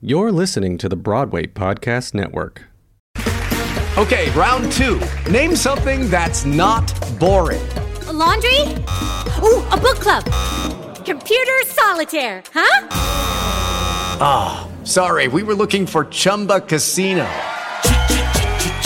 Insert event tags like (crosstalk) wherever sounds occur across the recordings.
You're listening to the Broadway Podcast Network. Okay, round two. Name something that's not boring. A laundry? Ooh, a book club. Computer solitaire, huh? Sorry, we were looking for Chumba Casino.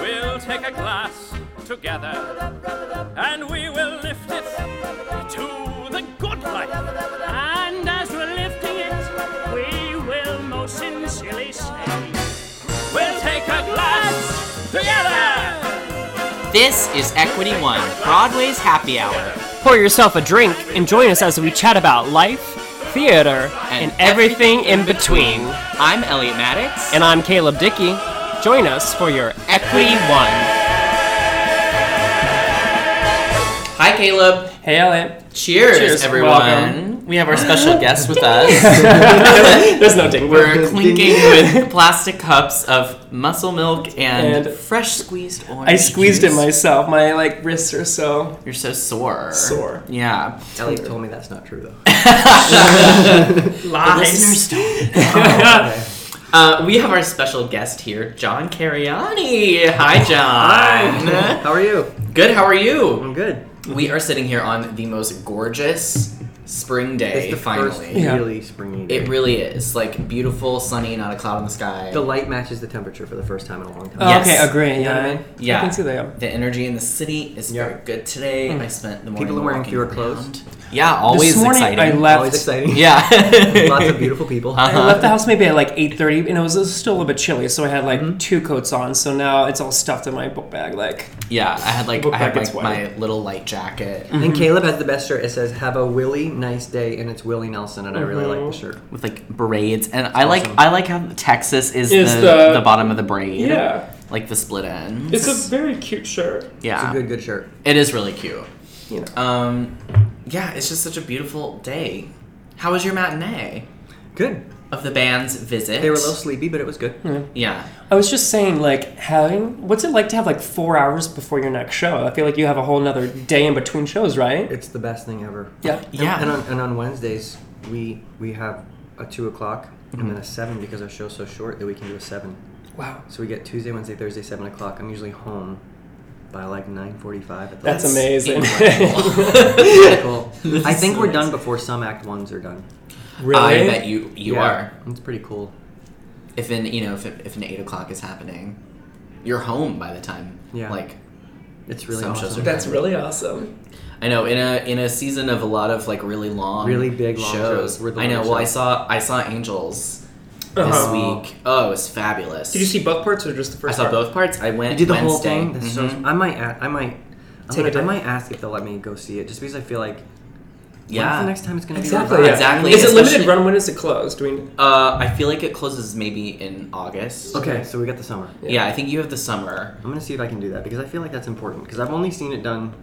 We'll take a glass together and we will lift it to the good life. And as we're lifting it, we will most sincerely say, We'll take a glass together. This is Equity One, Broadway's happy hour, Pour yourself a drink and join us as we chat about life, theater, and, everything in between. I'm Elliot Maddox, And I'm Caleb Dickey. Join us for your Equity One. hi Caleb. Hey, Elliot. Cheers, Cheers, everyone. welcome. We have our (laughs) special guest with us. There's no ding. We're clinking with plastic cups of muscle milk and, And- fresh squeezed orange. I squeezed it juice. myself. My like wrists are so. You're so sore. Sore. Yeah. Elliot told me that's not true though. Listeners don't. (laughs) Uh, we have our special guest here, John Cariani. Hi, John. How are you? Good. How are you? I'm good. We are sitting here on the most gorgeous spring day. It's the first finally, Yeah. really springy day. it really is like beautiful, sunny, not a cloud in the sky. the light matches the temperature for the first time in a long time. Oh, Yes. Okay, agree. Yeah, I mean? yeah, I can see that. The energy in the city is Yeah. very good today. I spent the morning. Hmm. People are wearing walking fewer around. clothes. Yeah, always this morning exciting. I left. Always (laughs) exciting. Yeah. (laughs) (laughs) Uh-huh. Lots of beautiful people. I left the house maybe at like 8.30 and it was, it was still a little bit chilly so i had like Mm-hmm. two coats on so now it's all stuffed in my book bag like yeah, I had like Look I had like it's like my little light jacket And Caleb has the best shirt. It says "Have a Willie nice day," and it's Willie Nelson, and I really like Mm-hmm. the shirt. with like braids, and I like I like how Texas is, Is the, the- the bottom of the braid. Yeah. like the split ends. it's a very cute shirt yeah, It's a good, good shirt. It is really cute. you know Um, yeah, it's just such a beautiful day. How was your matinee Good. of the band's visit? They were a little sleepy, but it was good. yeah. I was just saying, like, having what's it like to have like four hours before your next show? I feel like you have a whole nother day in between shows, right? It's the best thing ever. Yeah. And- Yeah. And on, and on Wednesdays, we we have a two o'clock and then a Mm-hmm. seven because our show's so short that we can do a seven. Wow. So we get Tuesday, Wednesday, Thursday, seven o'clock. I'm usually home by like nine forty-five. At the That's latest. amazing. (laughs) Cool. I think we're done before some Act Ones are done. I bet you you Yeah, are. It's pretty cool. If in you know if if an eight o'clock is happening, you're home by the time. Yeah. Like It's really Some shows awesome. are That's really awesome. I know in a in a season of a lot of like really long, Really big, long shows. shows. We're the I know. long Well, I shows. saw I saw Angels Uh-huh. this week. Oh, it was fabulous. both parts or just the I first? saw both parts. I went. You did the Wednesday. whole thing. That's so. Mhm. I might. a- I might. I'm Take gonna- a I dip. might ask if they'll let me go see it, just because I feel like when's Yeah. the next time it's gonna Exactly. be yeah. revived? Exactly, Is it limited especially- run? When is it closed? Do we? Uh, I feel like it closes maybe in August. Okay, so we got the summer. Yeah, I think you have the summer. I'm gonna see if I can do that because I feel like that's important because I've only seen it done.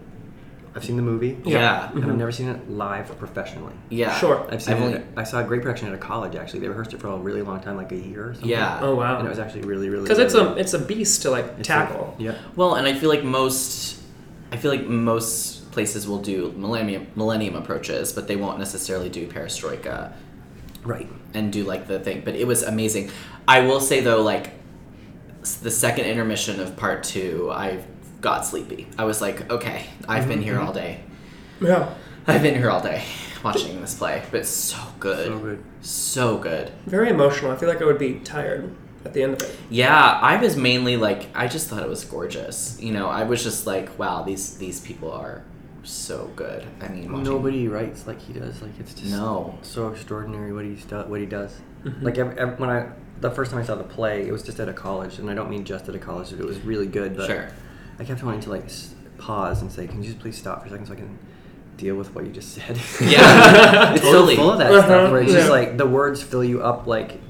I've seen the movie. Yeah. And I've never seen it live professionally. Yeah. Sure. I've seen I've it. only- I saw a great production at a college actually. They rehearsed it for a really long time, like a year or something. Yeah. Oh wow. And it was actually really, really. Because it's really- a it's a beast to like it's tackle. Like, yeah. Well, and I feel like most, I feel like most places will do millennium millennium approaches, but they won't necessarily do perestroika Right. and do like the thing. But it was amazing. I will say though, like s- the second intermission of part two, I got sleepy. I was like, okay, I've Mm-hmm, been here all day. Yeah. I've been here all day (laughs) watching this play, but it's so good. So good. So good. Very emotional. I feel like I would be tired at the end of it. Yeah, I was mainly like I just thought it was gorgeous. You know, I was just like, wow, these these people are so good. I mean, watching- Nobody writes like he does. Like it's just No. so extraordinary what he's do- what he does. Mm-hmm. Like ev ev- when I the first time I saw the play, it was just at a college, and I don't mean just at a college. It was really good, but Sure. I kept wanting to like s- pause and say, "Can you just please stop for a second so I can deal with what you just said?" Yeah, it's totally. (laughs) so full of that Uh-huh, stuff where it's just yeah. like the words fill you up like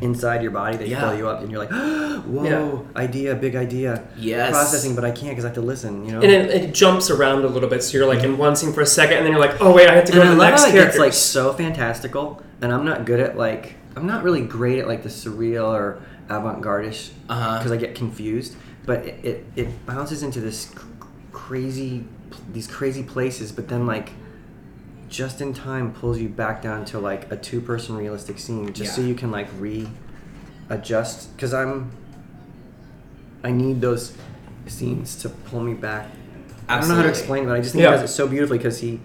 inside your body they Yeah. fill you up and you're like (gasps) whoa idea big idea Yes. processing but i can't because i have to listen you know And it, it jumps around a little bit, so you're like in one scene for a second, and then you're like, oh wait, I have to go and to I the love next how it character. gets like so fantastical, and I'm not good at like I'm not really great at like the surreal or avant-garde-ish Uh-huh. because I get confused. But it, it it bounces into this cr- crazy these crazy places, but then like just in time pulls you back down to like a two-person realistic scene, just so Yeah. you can like readjust. Because I'm I need those scenes to pull me back. I don't know how Absolutely. to explain, it, but I just think Yeah. he does it so beautifully because he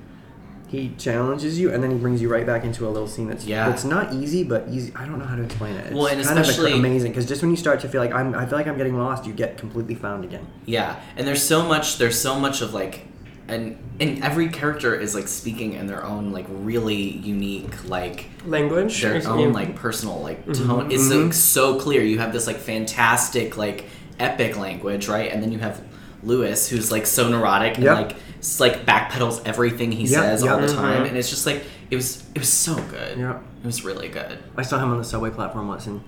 he challenges you and then he brings you right back into a little scene that's Yeah. that's not easy but easy. I don't know how to explain it. It's Well, and kind especially- of like amazing because just when you start to feel like I'm I feel like I'm getting lost, you get completely found again. Yeah, and there's so much. There's so much of like, and and every character is like speaking in their own like really unique like language. their Yeah. own like personal like Mm-hmm. tone. It's like so clear. You have this like fantastic like epic language, right? And then you have Lewis, who's like so neurotic and Yep. like s- like backpedals everything he Yep, says all yep. the time, and it's just like it was it was so good. Mm-hmm. Yep. It was really good. I saw him on the subway platform once, and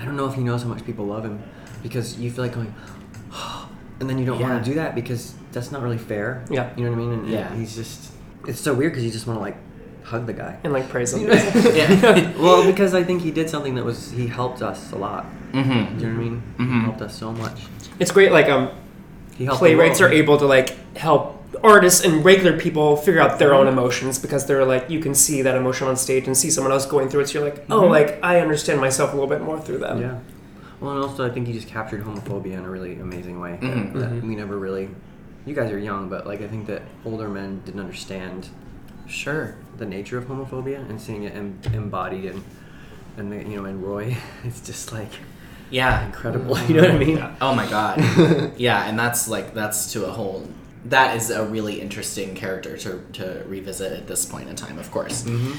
I don't know if he knows how much people love him because you feel like going, (gasps) and then you don't Yeah. want to do that because that's not really fair. Yeah. you know what I mean. And Yeah. he's just it's so weird because you just want to like hug the guy. and like praise him. (laughs) Yeah. Well, because I think he did something that was he helped us a lot. Mm-hmm. Do you know what I mean? He helped us so much. (laughs) it's great. Like um, He helped the playwrights are world. able to like help artists and regular people figure out their own Mm-hmm. emotions because they're like you can see that emotion on stage and see someone else going through it. So you're like, Mm-hmm. oh, like I understand myself a little bit more through them. Yeah. Well, and also I think he just captured homophobia in a really amazing way that- that we never really. You guys are young, but like I think that older men didn't understand Sure. the nature of homophobia and seeing it em- embodied and and the, you know in Roy, (laughs) it's just like Yeah. incredible. (laughs) You know what I mean? Oh my god. (laughs) yeah, and that's like that's to a whole that is a really interesting character to, to revisit at this point in time, of course. Um, yeah.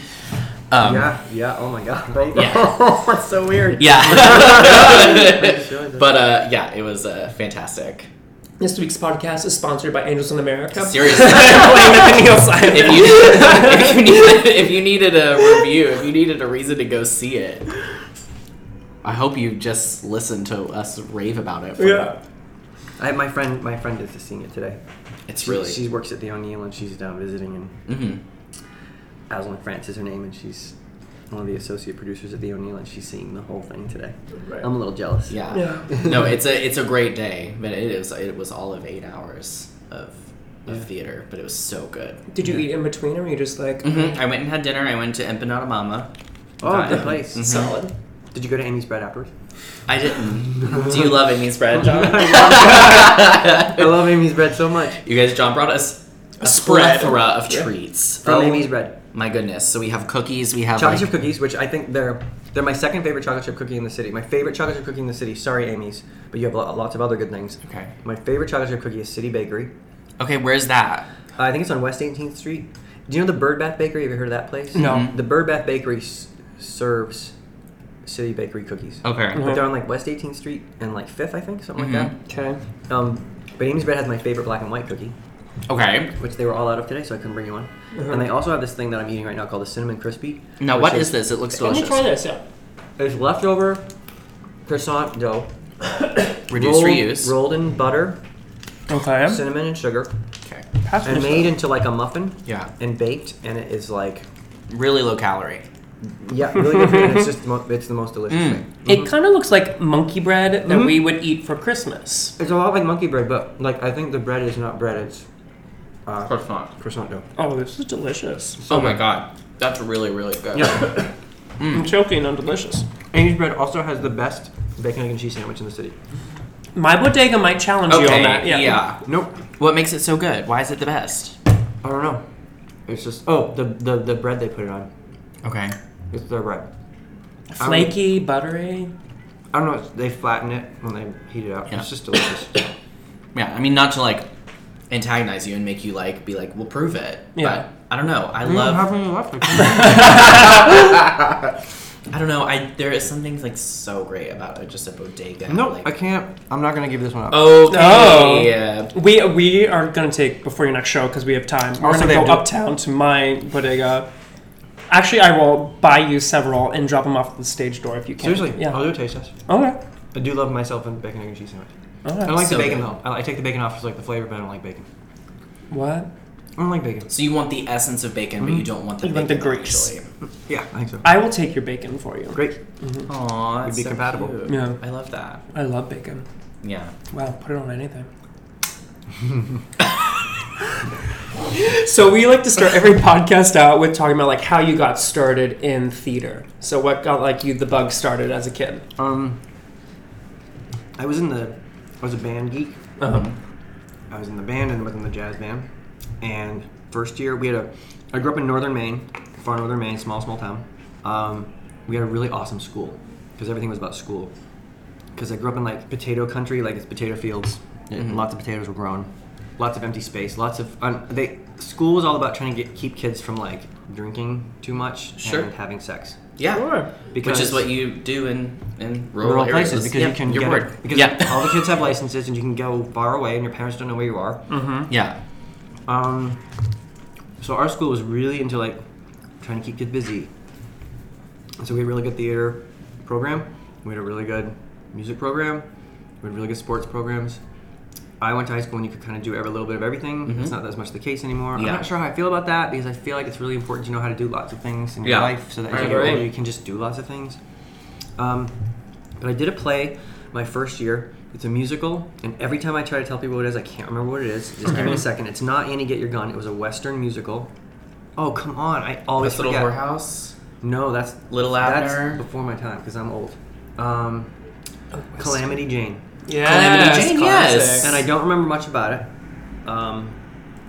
Mm-hmm. Yeah, yeah. Oh my god. Right? Yeah. Oh, (laughs) that's so weird. (laughs) (laughs) but uh, yeah, it was uh, fantastic. This week's podcast is sponsored by Angels in America. (laughs) Seriously, (laughs) if you if you needed, if you needed a review, if you needed a reason to go see it, I hope you just listened to us rave about it. (laughs) For, Yeah. I, my friend, my friend is seeing it today. it's She, really Mm-hmm. she works at the O'Neill and she's down visiting and Aslan France is her name and she's one of the associate producers at the O'Neill and she's seeing the whole thing today. Right. I'm a little jealous. yeah. (laughs) Yeah. no, it's a it's a great day, but it is it was all of eight hours of of theater, but it was so good. Did you eat in between, or were you just like Mhm. I went and had dinner. I went to Empanada Mama. Oh, good Mhm. place. solid? Did you go to Amy's Bread (laughs) afterwards? I (laughs) didn't. Do you love Amy's bread, John? I love Amy's Bread so much. You guys, John brought us a, spread. plethora of treats. From Oh, Amy's Bread, My goodness. So we have cookies. We have chocolate like, chip cookies, which I think they're they're my second favorite chocolate chip cookie in the city. My favorite chocolate chip cookie in the city. Sorry, Amy's, but you have lo- lots of other good things. Okay. My favorite chocolate chip cookie is City Bakery. Okay, where's that? I think it's on West 18th Street. Do you know the Bird Bath Bakery? Have you heard of that place? No. Mm-hmm. Mhm. The Bird Bath Bakery s- serves City Bakery cookies. Okay. But they're on like West 18th Street and like 5th, I think, something Mm-hmm. like Okay. that. Um, but Amy's Bread has my favorite black and white cookie, Okay. which they were all out of today, so I couldn't bring you one. And they also have this thing that I'm eating right now called the Cinnamon Crispy. Now which what is this? It looks Let me delicious. try this. Yeah. It's leftover croissant (coughs) dough. Reduce rolled, reuse. Rolled in butter, Okay. cinnamon, and sugar. Okay. And made into like a muffin. Yeah. And baked, and it is like Really low calorie. Yeah, really good. food, and (laughs) it's just the mo- it's the most delicious thing. It kind of looks like monkey bread that Mm-hmm. we would eat for Christmas. It's a lot like monkey bread, but like I think the bread is not bread; it's uh, course not. croissant dough. Oh, this is delicious. Oh my god. That's really, really good. Yeah. I'm choking on delicious. (coughs) Amy's bread also has the best bacon egg and cheese sandwich in the city. My bodega might challenge you on Okay. that. Yeah. Yeah. Nope, What makes it so good? Why is it the best? I don't know. It's just oh the the, the bread they put it on. Okay. It's their bread. Flaky, buttery. I don't know. They flatten it when they heat it up. Yeah. It's just delicious. Yeah. I mean, not to like antagonize you and make you like be like, "We'll prove it." Yeah. Mm-hmm. But I don't know. I don't (coughs) love. have any left. I think. I don't know. I there is something like so great about a, just a bodega. Nope, like, I can't. I'm not gonna give this one up. Okay. Oh. Yeah. We we are gonna take before your next show because we have time. We're Also, they gonna have go to- uptown to my bodega. Actually, I will buy you several and drop them off at the stage door if you can. Seriously, I'll yeah. do a taste test. Okay. I do love myself in bacon egg and cheese sandwich. I don't like So the bacon good. though. I, I take the bacon off because like the flavor, but I don't like bacon. What? I don't like bacon. So you want the essence of bacon, but you don't want the Mm-hmm. You bacon. want the grease. Actually. Yeah, I think so. I will take your bacon for you. Great. Aww, Would be compatible. Yeah. I love that. I love bacon. Yeah. Wow, put it on anything. (laughs) so we like to start every podcast out with talking about like how you got started in theater. So what got like you the bug started as a kid? Um, I was in the. I was a band geek. Uh-huh. I was in the band and was in the jazz band. And first year, we had a. I grew up in northern Maine, far northern Maine, small, small town. Um, we had a really awesome school because everything was about school. Because I grew up in like potato country, like it's potato fields, and lots of potatoes were grown, lots of empty space, lots of. Um, they school was all about trying to get, keep kids from like drinking too much Sure. and having sex. Yeah. Because Which is what you do in in rural, rural areas. places because yeah, you can you're get bored. because yeah. all the kids have licenses and you can go far away and your parents don't know where you are. yeah. Um, so our school was really into like trying to keep kids busy. And so we had a really good theater program. We had a really good music program. We had really good sports programs. I went to high school and you could kind of do every little bit of everything. It's not as much the case anymore. I'm Mm-hmm. Yeah. not sure how I feel about that because I feel like it's really important to know how to do lots of things in your Yeah. life so that as I you get agree. older you can just do lots of things. Um, but I did a play my first year. It's a musical, and every time I try to tell people what it is, I can't remember what it is. Just give me a second. It's not Annie Get Your Gun. It was a Western musical. Oh come on! I always This little forget. whorehouse. No, that's Little Abner. That's before my time because I'm old. Um, Calamity Jane, Yeah. Jane, yes. and I don't remember much about it. Um,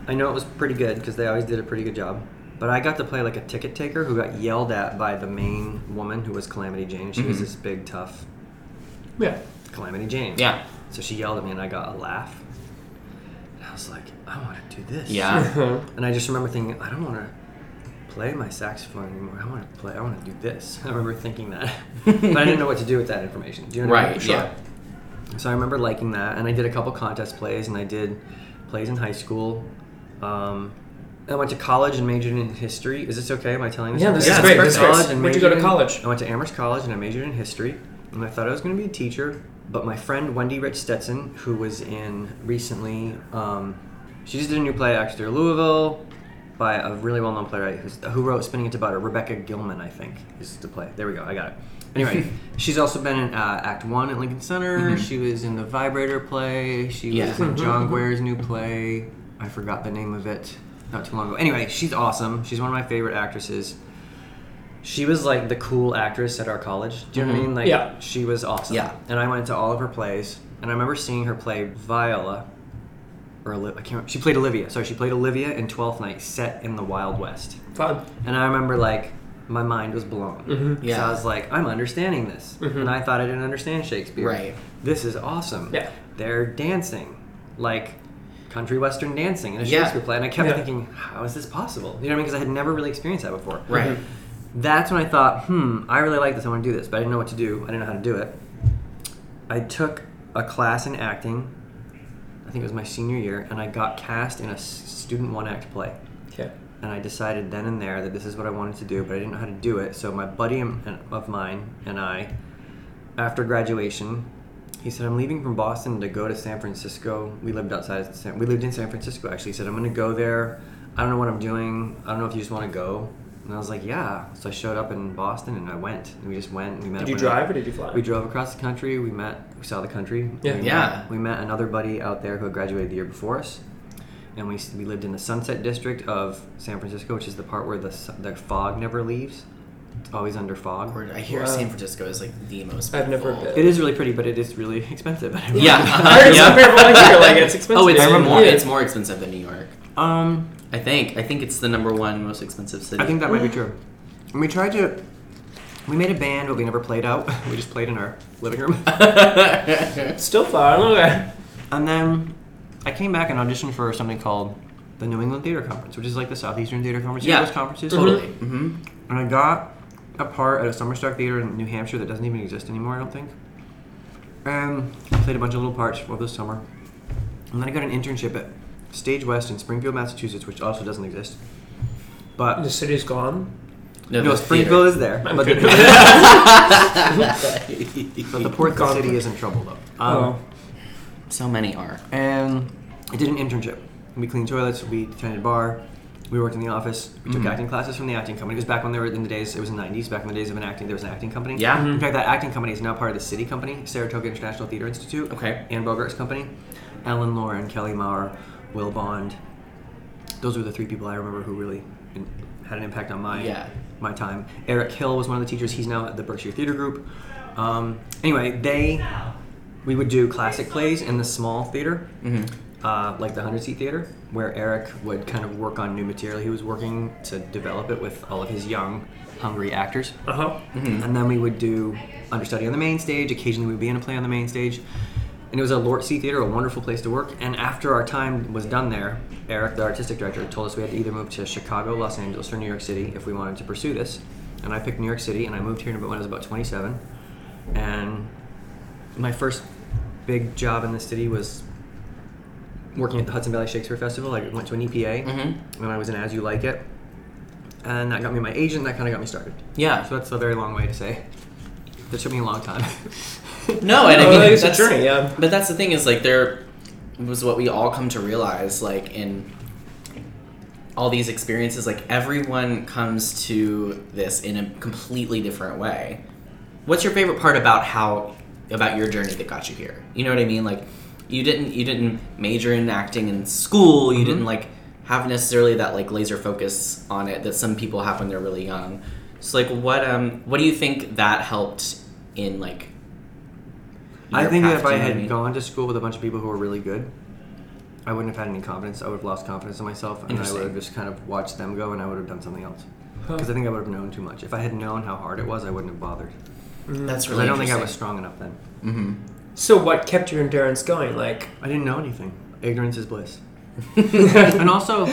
I know it was pretty good because they always did a pretty good job. But I got to play like a ticket taker who got yelled at by the main woman who was Calamity Jane. She was Mm-hmm. this big, tough Yeah. Calamity Jane. Yeah. So she yelled at me, and I got a laugh. And I was like, I want to do this. (laughs) Yeah. And I just remember thinking, I don't want to play my saxophone anymore. I want to play. I want to do this. (laughs) I remember thinking that, but I didn't know what to do with that information. Do you know what I mean? right. Yeah. So I remember liking that, and I did a couple contest plays, and I did plays in high school. Um, I went to college and majored in history. Is this okay? Am I telling this? Yeah, this is great, I went this to is great. college and Where'd you go majored to in- college? I went to Amherst College and I majored in history, and I thought I was going to be a teacher. But my friend Wendy Rich Stetson, who was in recently, um, she just did a new play, Exeter Louisville, by a really well-known playwright who's, who wrote Spinning Into Butter. Rebecca Gilman, I think, is the play. There we go. I got it. Anyway, she's also been in uh, Act One at Lincoln Center. She was in the Vibrator play. She Yeah. was in John Guare's new play. I forgot the name of it not too long ago. Anyway, she's awesome. She's one of my favorite actresses. She was like the cool actress at our college. Do you know what I mean? Like Yeah. she was awesome. Yeah. And I went to all of her plays, and I remember seeing her play Viola, or Oli- I can't. Remember. She played Olivia. Sorry, she played Olivia in Twelfth Night, set in the Wild West. Fun. And I remember like my mind was blown. Mm-hmm. Yeah. So I was like, I'm understanding this, and I thought I didn't understand Shakespeare. Right. This is awesome. Yeah. They're dancing, like country western dancing in a Yeah. Shakespeare play, and I kept Yeah. thinking, how is this possible? You know what I mean? Because I had never really experienced that before. Right. That's when I thought, hmm, I really like this. I want to do this, but I didn't know what to do. I didn't know how to do it. I took a class in acting. I think it was my senior year, and I got cast in a s- student one act play Okay. and I decided then and there that this is what I wanted to do, but I didn't know how to do it. So my buddy and- and- of mine and I, after graduation, he said, "I'm leaving from Boston to go to San Francisco." We lived outside of San. We lived in San Francisco actually. He said, "I'm going to go there. I don't know what I'm doing. I don't know if you just want to go." And I was like, "Yeah." So I showed up in Boston and I went. And we just went. And we met. Did up you with- drive or did you fly? we drove across the country. We met, we saw the country. Yeah. we Yeah. Met, we met another buddy out there who had graduated the year before us, and we, s- we lived in the Sunset District of San Francisco, which is the part where the s- the fog never leaves. It's always under fog. Word. I hear San Francisco is like the most. I've never beautiful- been. It is really pretty, but it is really (laughs) expensive. (laughs) (laughs) Yeah. I heard some yeah. people like here, like it's expensive. (laughs) Oh, it's more. Yeah. It's more expensive than New York. (laughs) Um, I think. I think it's the number one most expensive city. I (laughs) think that might be true. And we tried to. We made a band, but we never played out. (laughs) We just played in our living room. Still far. Okay. (laughs) And then I came back and auditioned for something called the New England Theater Conference, which is like the Southeastern Theater Conference, you know Yeah, those conferences. totally. hmm And I got a part at a Summerstock Theater in New Hampshire that doesn't even exist anymore, I don't think. And I played a bunch of little parts over the summer. And then I got an internship at Stage West in Springfield, Massachusetts, which also doesn't exist. But The city's gone. No, no, the Springfield is there, but the, (laughs) but the Port Gone. City is in trouble though. Um, Oh, theater. So many are. And I did an internship. We cleaned toilets, we tended a bar, we worked in the office, we Mm-hmm. took acting classes from the acting company. It was back when they were in the days, it was in the 90s, back in the days of an acting, there was an acting company. Yeah. Mhm. In fact, that acting company is now part of the city company, Saratoga International Theater Institute. Okay. Ann Bogart's company. Ellen Lauren, Kelly Maurer, Will Bond. Those were the three people I remember who really in- had an impact on my Yeah. my time. Eric Hill was one of the teachers. He's now at the Berkshire Theater Group. Um, anyway, they we would do classic plays in the small theater, uh, like the hundred seat theater, where Eric would kind of work on new material. He was working to develop it with all of his young, hungry actors. uh huh. Mm-hmm. And then we would do understudy on the main stage. Occasionally, we'd be in a play on the main stage. And it was a Lortz Theater, a wonderful place to work. And after our time was done there, Eric, the artistic director, told us we had to either move to Chicago, Los Angeles, or New York City if we wanted to pursue this. And I picked New York City, and I moved here when I was about 27. And my first big job in the city was working at the Hudson Valley Shakespeare Festival. I went to an EPA, Mm-hmm. and I was in As You Like It. And that got me my agent, that kind of got me started. Yeah. So that's a very long way to say. That took me a (laughs) long time. No, and No, I mean it's a that's, journey, yeah. But that's the thing is like there was what we all come to realize like in all these experiences like everyone comes to this in a completely different way. What's your favorite part about how about your journey that got you here? You know what I mean? Like you didn't you didn't major in acting in school. You Mm-hmm. didn't like have necessarily that like laser focus on it that some people have when they're really young. So like what um what do you think that helped in like I your think that path, if I you know what had mean? gone to school with a bunch of people who were really good, I wouldn't have had any confidence. I would have lost confidence in myself, and I would Interesting. have just kind of watched them go, and I would have done something else. Because I think I would have known too much. If I had known how hard it was, I wouldn't have bothered. That's Because really I don't think I was interesting. strong enough then. So what kept your endurance going? Like, I didn't know anything. Ignorance is bliss. and also,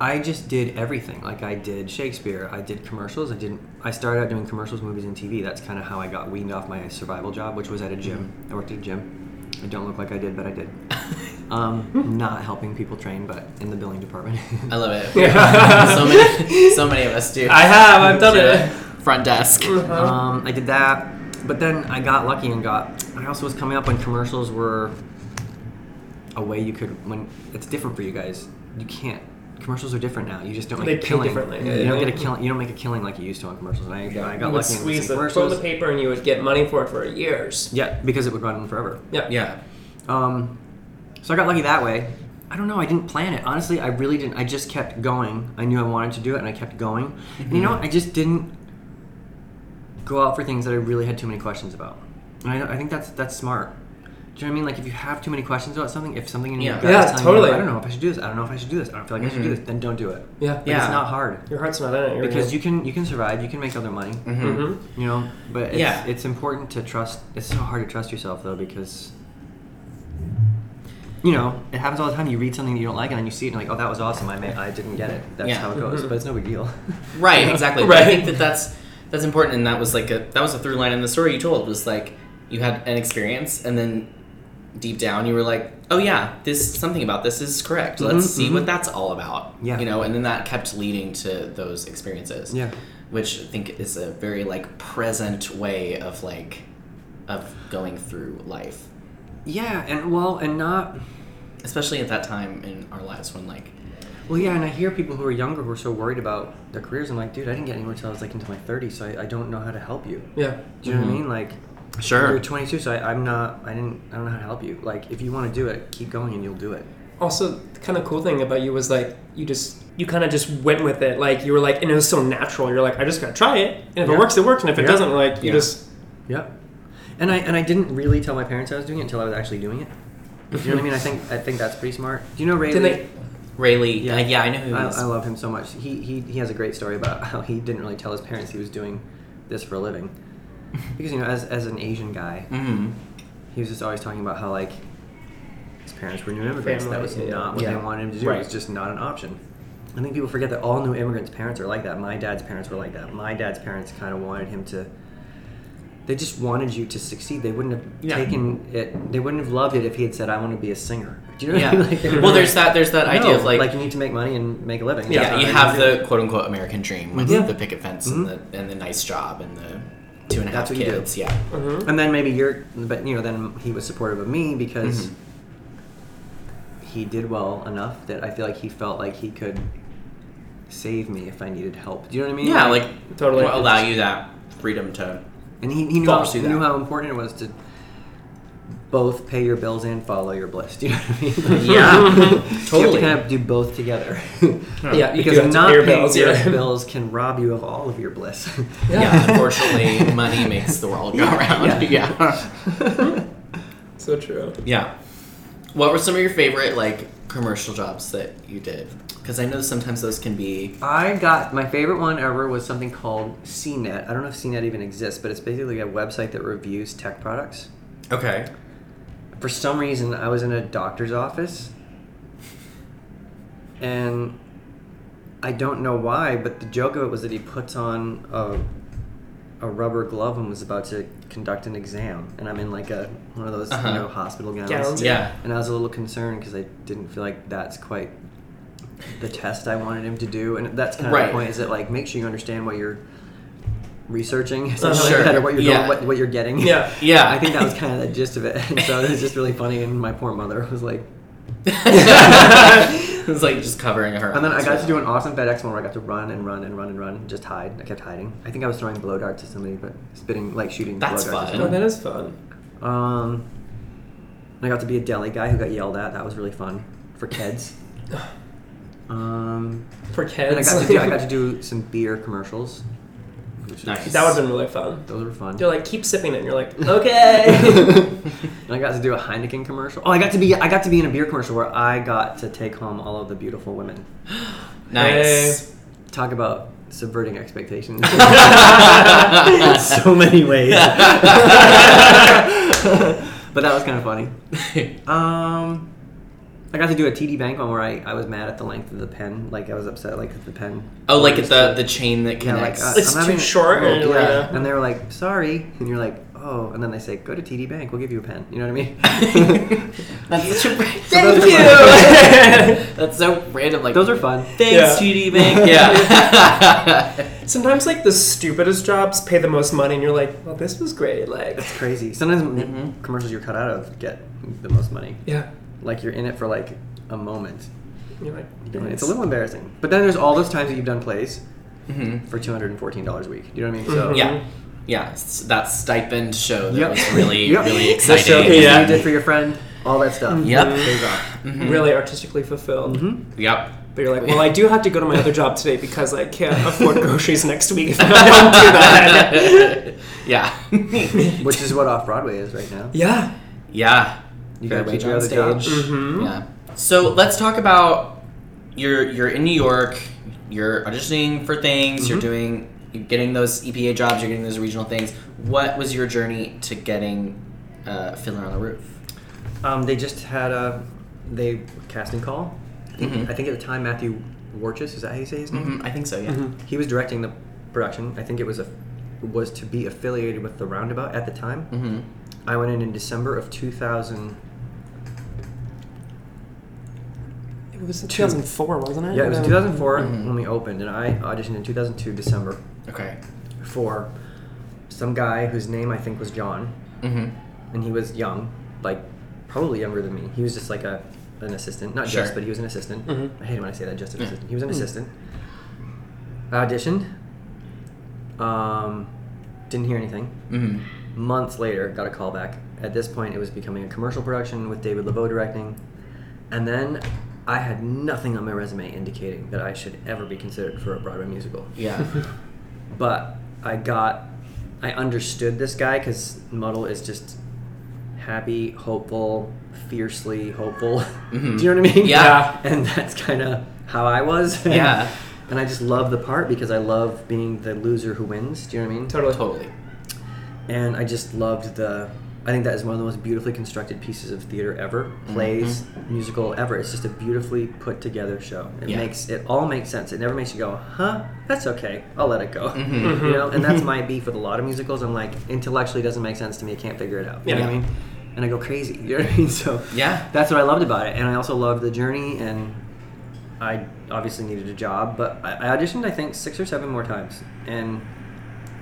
I just did everything. Like I did Shakespeare. I did commercials. I didn't. I started out doing commercials, movies, and TV. That's kind of how I got weaned off my survival job, which was at a gym. I worked at a gym. I don't look like I did, but I did. (laughs) Um, not helping people train, but in the billing department. I love (laughs) it. so many, so many of us do. I have, I've done Do it. Front desk. Uh-huh. um, I did that, but then I got lucky and got. I also was coming up when commercials were a way you could. When it's different for you guys, you can't. Commercials are different now. You just don't make They a pay killing. differently. You Yeah, don't yeah. get a killing. You don't make a killing like you used to on commercials. And I, I you got would lucky and squeeze was in the commercials. toilet paper and you would get money for it for years. Yeah, because it would run forever. Yeah. Yeah. Um, so I got lucky that way. I don't know. I didn't plan it. Honestly, I really didn't. I just kept going. I knew I wanted to do it, and I kept going. And you know, what? I just didn't go out for things that I really had too many questions about. And I, I think that's that's smart. Do you know what I mean? Like, if you have too many questions about something, if something in your Yeah. gut is Yeah, telling totally. you, I don't know if I should do this. I don't know if I should do this. I don't feel like I should do this. Then don't do it. Yeah. Like, Yeah. It's not hard Your heart's not in it. You're because you can you can survive. You can make other money. hmm You know, but it's, Yeah. it's important to trust. It's so hard to trust yourself though because you know it happens all the time. You read something that you don't like, and then you see it, and you're like, oh, that was awesome. I may, I didn't get it. That's Yeah. Mm-hmm. how it goes. But it's no big deal. (laughs) Right. Exactly. Right. But I think that that's that's important, and that was like a that was a through line in the story you told was like you had an experience, and then deep down you were like, oh yeah, this something about this is correct. Let's see what that's all about. Yeah. You know, and then that kept leading to those experiences. Yeah. Which I think is a very like present way of like of going through life. yeah, and well, and not especially at that time in our lives when like well, yeah. And I hear people who are younger who are so worried about their careers. I'm like, dude, I didn't get anywhere until I was like into my 30s, so I, I don't know how to help you. Yeah. Do you know what I mean? Like, Mm-hmm. Sure. you're 22, so I, I'm not. I didn't. I don't know how to help you. Like, if you want to do it, keep going, and you'll do it. Also, the kind of cool thing about you was like you just you kind of just went with it. Like you were like, and it was so natural. You're like, I just gotta try it, and if Yeah. it works, it works, and if it Yeah. doesn't, like you Yeah. just Yeah. And I and I didn't really tell my parents I was doing it until I was actually doing it. Do you know what I mean? I think I think that's pretty smart. Do you know Ray? Didn't Lee? they- Rayleigh. Yeah, yeah I know who I, he is. I love him so much. He, he he has a great story about how he didn't really tell his parents he was doing this for a (laughs) living, Mm-hmm. because you know, as as an Asian guy, he was just always talking about how like His parents were new immigrants. That was Family, yeah. not what Yeah. they wanted him to do. Right. It was just not an option. I think people forget that all new immigrants' parents are like that. My dad's parents were like that. My dad's parents kind of wanted him to. They just wanted you to succeed. They wouldn't have Yeah. taken it. They wouldn't have loved it if he had said, "I want to be a singer." Do you know? Yeah. What I mean? (laughs) Like, well, there's that. There's that idea of No, you need to make money and make a living. yeah, That's not you what have do. Mm-hmm. the quote unquote American dream with the picket fence and the and the nice job and the two and a half That's what you do. kids. Yeah, and then maybe you're but you know then he was supportive of me because Mm-hmm. he did well enough that i feel like he felt like he could save me if i needed help do you know what i mean yeah, like Totally. will allow you that freedom to. and he, he knew, Follow how, through he knew that. how important it was to both pay your bills and follow your bliss (laughs) do you know what i mean (laughs) Like, Yeah, (laughs) you have to totally. kind of do both together (laughs) (laughs) Yeah, you because do have to not pay your paying bills, your yeah. bills can rob you of all of (laughs) your bliss (laughs) yeah. unfortunately, money makes the world go round. (laughs) yeah. So true. Yeah. What were some of your favorite like commercial jobs that you did? Because I know sometimes those can be I got my favorite one ever was something called CNET. I don't know if CNET even exists, but it's basically a website that reviews tech products. okay. For some reason, I was in a doctor's office, and I don't know why, but the joke of it was that he puts on a, a rubber glove and was about to conduct an exam, and I'm in like a one of those Uh-huh. you know hospital gowns. Gowns, Yeah. And I was a little concerned because I didn't feel like that's quite the test I wanted him to do. And that's kind of Right. the point is that like make sure you understand what you're researching, (laughs) something Uh, Sure. like that, or what you're Yeah. going, what, what you're getting. Yeah. Yeah. (laughs) I think that was (laughs) kind of the gist of it. And so it was just really funny. And my poor mother was like, (laughs) it was like just covering her. and then I eyes got with- to do an awesome FedEx one where I got to run and run and run and run, just hide. I kept hiding. I think I was throwing blow darts at somebody, but spitting like shooting. That's blow darts at fun. Oh, that is fun. Um, and I got to be a deli guy who got yelled at. That was really fun for kids. Um, For and I kids. got to do I got (laughs) to do some beer commercials. nice. that would have been really fun. Those were fun. You're like, keep sipping it, and you're like, okay. (laughs) And I got to do a Heineken commercial. Oh, I got to be I got to be in a beer commercial where I got to take home all of the beautiful women. nice. Talk about subverting expectations. in (laughs) so many ways. (laughs) but that was kind of (laughs) funny. Um, I got to do a TD Bank one where I, I was mad at the length of the pen. Like I was upset like that the pen. oh, like at the the chain that Yeah, like connects. uh, It's I'm too having- short and you're like, uh, and they were like, "Sorry," and you're like, "Oh," and then they say, "Go to TD Bank. We'll give you a pen." You know what I (laughs) mean? (laughs) That's such a those thank (laughs) are you. That's so random. Like Those are fun. thanks, Yeah. TD Bank. (laughs) Yeah. Sometimes like the stupidest jobs pay the most money, and you're like, well, this was great. (laughs) Like, (laughs) It's crazy. Sometimes m commercials you're cut out of get the most money. yeah. Like you're in it for like a moment. You're like, And It's "Nice." a little embarrassing. But then there's all those times that you've done plays for two hundred and fourteen dollars a week. You know what I mean? So Mm-hmm. yeah. Yeah, s- that stipend show Mm-hmm. that Yep. was really, (laughs) Yep. really The showcase exciting. that Yeah. Mm-hmm. you did for your friend, all that stuff. Yep. Pays off. really artistically fulfilled. Mm-hmm. Yep. But you're like, well, I do have to go to my other job today because I (laughs) can't afford groceries next week if I don't do that. Yeah. Which is what off Broadway is right now. (laughs) Yeah. (laughs) yeah. You Fair gotta wage keep your on other job. stage. Mm-hmm. Yeah. So let's talk about you're you're in New York, you're auditioning for things, you're doing you're getting those EPA jobs, you're getting those regional things. What was your journey to getting uh, Fiddler on the Roof? Um, they just had a they casting call. I think, Mm-hmm. I think at the time Matthew Warchus is that how you say his name? I think so, yeah. Mm-hmm. He was directing the production. I think it was a was to be affiliated with the Roundabout at the time. Mm-hmm. I went in in December of two thousand. It was in 2004, wasn't it? Yeah, it was two thousand four when we opened, and I auditioned in two thousand two December Okay. for some guy whose name I think was John, mm-hmm. and he was young, like probably younger than me. He was just like a an assistant, not Sure. just, but he was an assistant. I hate it when I say that, just an assistant. He was an assistant. I auditioned. Um, didn't hear anything. Months later, got a call back. At this point, it was becoming a commercial production with David Laveau directing, and then. I had nothing on my resume indicating that I should ever be considered for a Broadway musical (laughs) Yeah. but I got, I understood this guy because Muddle is just happy, hopeful, fiercely hopeful. (laughs) Do you know what I mean? Mm-hmm. Yeah. And that's kind of how I was. Yeah. (laughs) and I just love the part because I love being the loser who wins. Do you know what I mean? totally. Totally. And I just loved the I think that is one of the most beautifully constructed pieces of theater ever, Mm-hmm. plays, musical ever. It's just a beautifully put together show. It Yeah. makes it all makes sense. It never makes you go, huh? That's okay. I'll let it go. Mm-hmm. (laughs) You know, and that's my beef with a lot of musicals. I'm like, intellectually it doesn't make sense to me. I can't figure it out. You know what I Yeah. mean? And I go crazy. (laughs) You know what I mean? So Yeah. that's what I loved about it. And I also loved the journey. And I obviously needed a job, but I I auditioned I think six or seven more times. And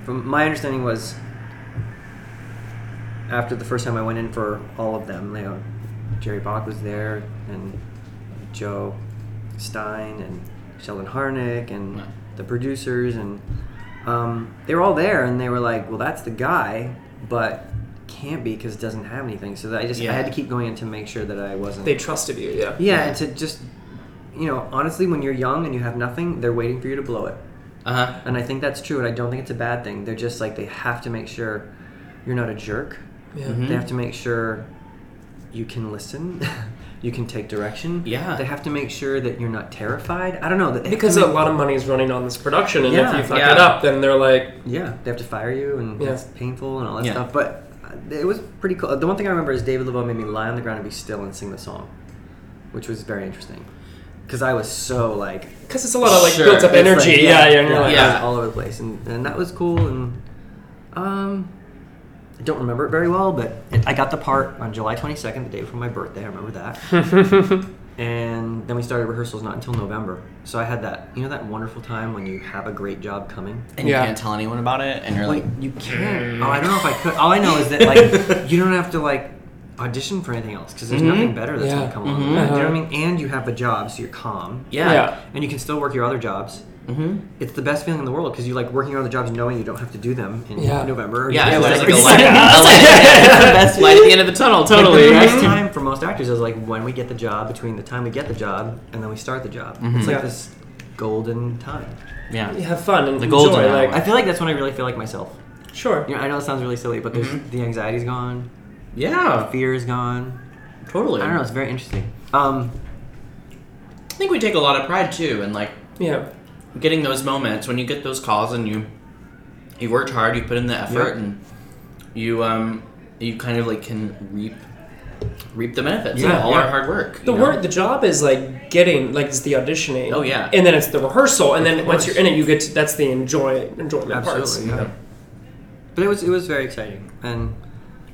from my understanding was after the first time I went in for all of them, you know, Jerry Bach was there and Joe Stein and Sheldon Harnick and Right. the producers and um, they were all there and they were like, well, that's the guy, but can't be because doesn't have anything. So that I just I Yeah. had to keep going in to make sure that I wasn't. They trusted you, yeah. yeah, and to just you know, honestly, when you're young and you have nothing, they're waiting for you to blow it. Uh huh. And I think that's true, and I don't think it's a bad thing. They're just like they have to make sure you're not a jerk. Yeah. Mm-hmm. They have to make sure you can listen, (laughs) you can take direction. Yeah. They have to make sure that you're not terrified. I don't know. That they have Because to a make- lot of money is running on this production, and Yeah, if you fuck yeah. it up, then they're like, yeah, they have to fire you, and Yeah. that's painful and all that Yeah. stuff. But uh, it was pretty cool. The one thing I remember is David LeBeau made me lie on the ground and be still and sing the song, which was very interesting. Because I was so like because it's a lot of like Sure, built up it's energy, like- yeah, yeah, and you're like, Yeah. I was all over the place, and, and that was cool. And um, I don't remember it very well, but it, I got the part on July 22nd, the day before my birthday. I remember that. (laughs) and then we started rehearsals not until November. So I had that, you know, that wonderful time when you have a great job coming. And you Yeah. can't tell anyone about it, and you're Like like, you can't. Oh, I don't know if I could. All I know (laughs) is that like you don't have to like audition for anything else because there's Mm-hmm. nothing better that's Yeah. gonna come along. Mhm. Do you know what I Uh-huh. mean? And you have a job, so you're calm yeah. Yeah. and you can still work your other jobs. Mm-hmm. It's the best feeling in the world because you like working your other jobs knowing you don't have to do them in Yeah. November. Yeah, It's it's like- just like a light, a light, (laughs) Mm-hmm. it's the best light at the end of the tunnel. Totally. (laughs) the best right? time for most actors is like when we get the job between the time we get the job and then we start the job. It's like Yeah. this golden time. Yeah. have fun and The enjoy. golden hour. I Like, feel like that's when I really feel like myself. sure. You know, I know it sounds really silly, but there's the anxiety's gone, Yeah. fear is gone. Totally. I don't know. It's very interesting. Um, I think we take a lot of pride too in like Yeah. getting those moments when you get those calls and you you worked hard, you put in the effort, Yeah. and you um you kind of like can reap reap the benefits Yeah, of all yeah. our hard work. you The know? work, the job is like getting, like it's the auditioning. Oh, yeah. And then it's the rehearsal, and then once course. you're in it, you get to, that's the enjoy enjoyment parts. absolutely. yeah. But it was it was very exciting, and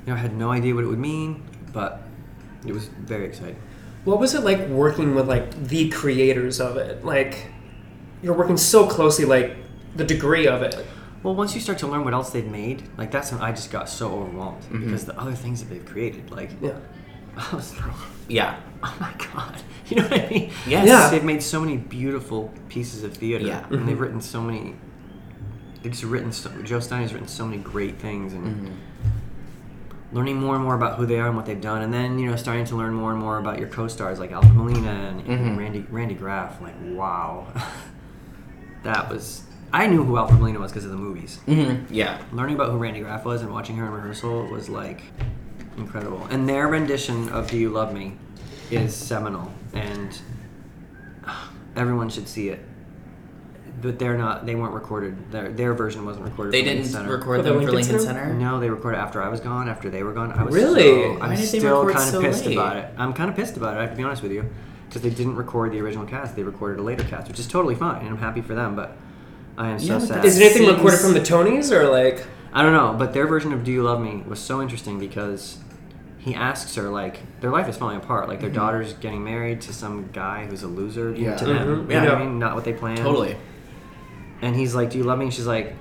you know I had no idea what it would mean, but it was very exciting. What was it like working with like the creators of it? Like, you're working so closely, like the degree of it. Well, once you start to learn what else they've made, like that's when I just got so overwhelmed because the other things that they've created, like Yeah. (laughs) I was like, Yeah. oh my god, (laughs) you know what I mean? Yes. Yeah. They've made so many beautiful pieces of theater, Yeah. and they've written so many. They've just written so. Joe Stein has written so many great things, and learning more and more about who they are and what they've done, and then you know starting to learn more and more about your co-stars like Alfred Molina and, and Randy Randy Graff. Like wow, (laughs) that was. I knew who Alfred Molina was because of the movies Mm-hmm. Yeah. learning about who Randy Graff was and watching her in rehearsal was like incredible. And their rendition of "Do You Love Me" is seminal, and uh, everyone should see it. But they're not; they weren't recorded. Their their version wasn't recorded. They for Lincoln didn't Center. record For the them for Lincoln Lincoln Center? Center. No, they recorded after I was gone. After they were gone, I was Really? So, I'm Why did they still record kind so of pissed late? about it. I'm kind of pissed about it. I have to be honest with you, because they didn't record the original cast. They recorded a later cast, which is totally fine, and I'm happy for them. But I am so Yeah, but sad. that's- Is it anything Seems- recorded from the Tonys or like? I don't know, but their version of "Do You Love Me" was so interesting because he asks her like their life is falling apart, like their daughter's getting married to some guy who's a loser Mm-hmm. Yeah. to them. Mhm, You know what yeah. I mean? Not what they planned. Totally. And he's like, "Do you love me?" And she's like,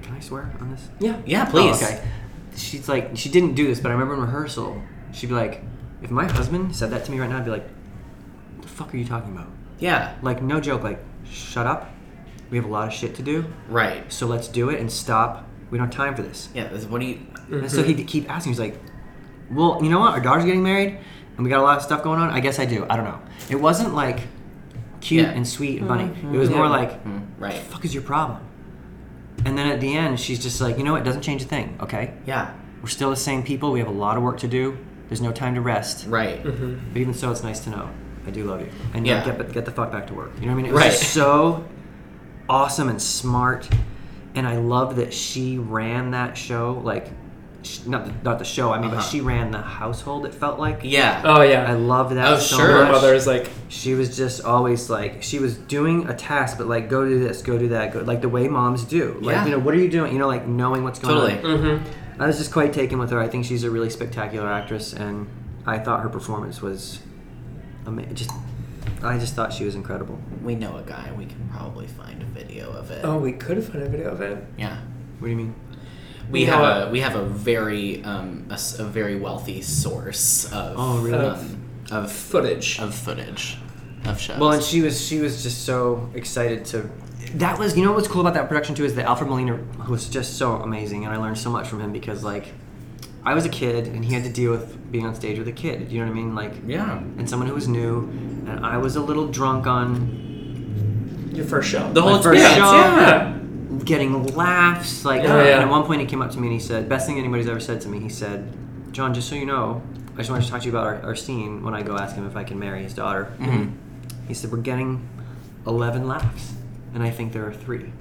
"Can I swear on this?" Yeah. Yeah, please. Oh, okay. She's like, she didn't do this, but I remember in rehearsal, she'd be like, "If my husband said that to me right now, I'd be like, what the fuck are you talking about?" Yeah. Like, no joke. Like, shut up. We have a lot of shit to do, Right. so let's do it and stop. We don't have time for this. Yeah. This, what do you? And so Mm-hmm. he'd keep asking. He's like, "Well, you know what? Our daughter's getting married, and we got a lot of stuff going on. I guess I do. I don't know." It wasn't like cute Yeah. Mm-hmm. and sweet and funny. It was more like, Right. "Fuck is your problem?" And then at the end, she's just like, "You know what? It doesn't change a thing. Okay, Yeah. we're still the same people. We have a lot of work to do. There's no time to rest. Right. But even so, it's nice to know. I do love you. And Yeah. yeah, get, but get the fuck back to work. You know what I mean? It was Right. just so awesome and smart. And I love that she ran that show. Like, sh- not the, not the show. I mean, but Uh-huh. she ran the household. It felt like. Yeah. Oh yeah. I love that. Oh, so sure. Her much. mother is like She was just always like she was doing a task, but like go do this, go do that, go like the way moms do. Like Yeah. you know, what are you doing? You know, like knowing what's going Totally. on. I was just quite taken with her. I think she's a really spectacular actress, and I thought her performance was amazing. Just, I just thought she was incredible. We know a guy. We can probably find a video of it. Oh, we could find a video of it. Yeah. What do you mean? We You know have what? a we have a very um a, s- a very wealthy source of Oh, really? um, of Footage. of footage of shows. Well, and she was she was just so excited to. That was you know what's cool about that production too is that Alfred Molina was just so amazing, and I learned so much from him because like I was a kid and he had to deal with being on stage with a kid. You know what I mean? Like yeah, and someone who was new, and I was a little drunk on Your first show. the whole my first experience. show. Yeah. getting laughs. Like Yeah, yeah. and at one point he came up to me and he said, "Best thing anybody's ever said to me." He said, "John, just so you know, I just wanted to talk to you about our, our scene when I go ask him if I can marry his daughter." Mm-hmm. He said, "We're getting eleven laughs, and I think there are three.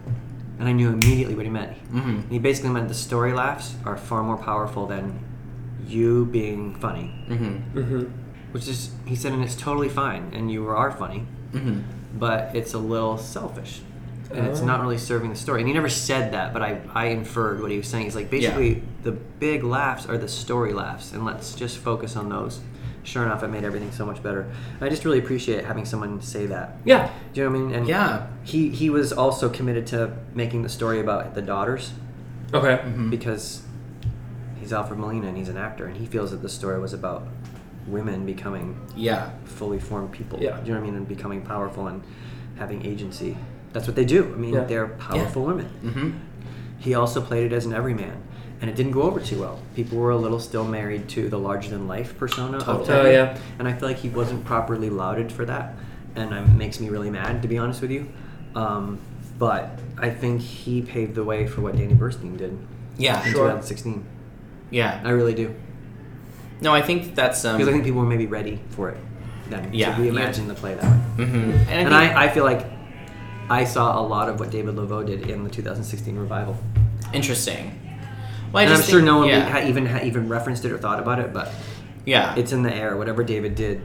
And I knew immediately what he meant. And he basically meant the story laughs are far more powerful than you being funny. Mm-hmm. Which is, he said, and it's totally fine, and you are funny, but it's a little selfish. And it's not really serving the story. And he never said that, but I, I inferred what he was saying. He's like, basically, the big laughs are the story laughs, and let's just focus on those. Sure enough, it made everything so much better. And I just really appreciate having someone say that. yeah. Do you know what I mean? And Yeah. He, he was also committed to making the story about the daughters Okay. because he's Alfred Molina and he's an actor, and he feels that the story was about women becoming Yeah. fully formed people. Yeah. Do you know what I mean? And becoming powerful and having agency. That's what they do. I mean, Yeah. they're powerful women. Mm-hmm. He also played it as an everyman, and it didn't go over too well. People were a little still married to the larger than life persona. Of Oh, Teddy, yeah. And I feel like he wasn't properly lauded for that, and it makes me really mad, to be honest with you. Um, but I think he paved the way for what Danny Burstein did Yeah. in Sure. 2016. I Yeah. really do. No, I think that's um. Because I think people were maybe ready for it then. Yeah, To yeah. reimagine the play that way. Mm-hmm. and And I, think- I, I feel like I saw a lot of what David Laveau did in the 2016 revival. interesting. Well, I And I'm just sure think- no one yeah, ha- even ha- even referenced it or thought about it, but yeah. it's in the air. Whatever David did,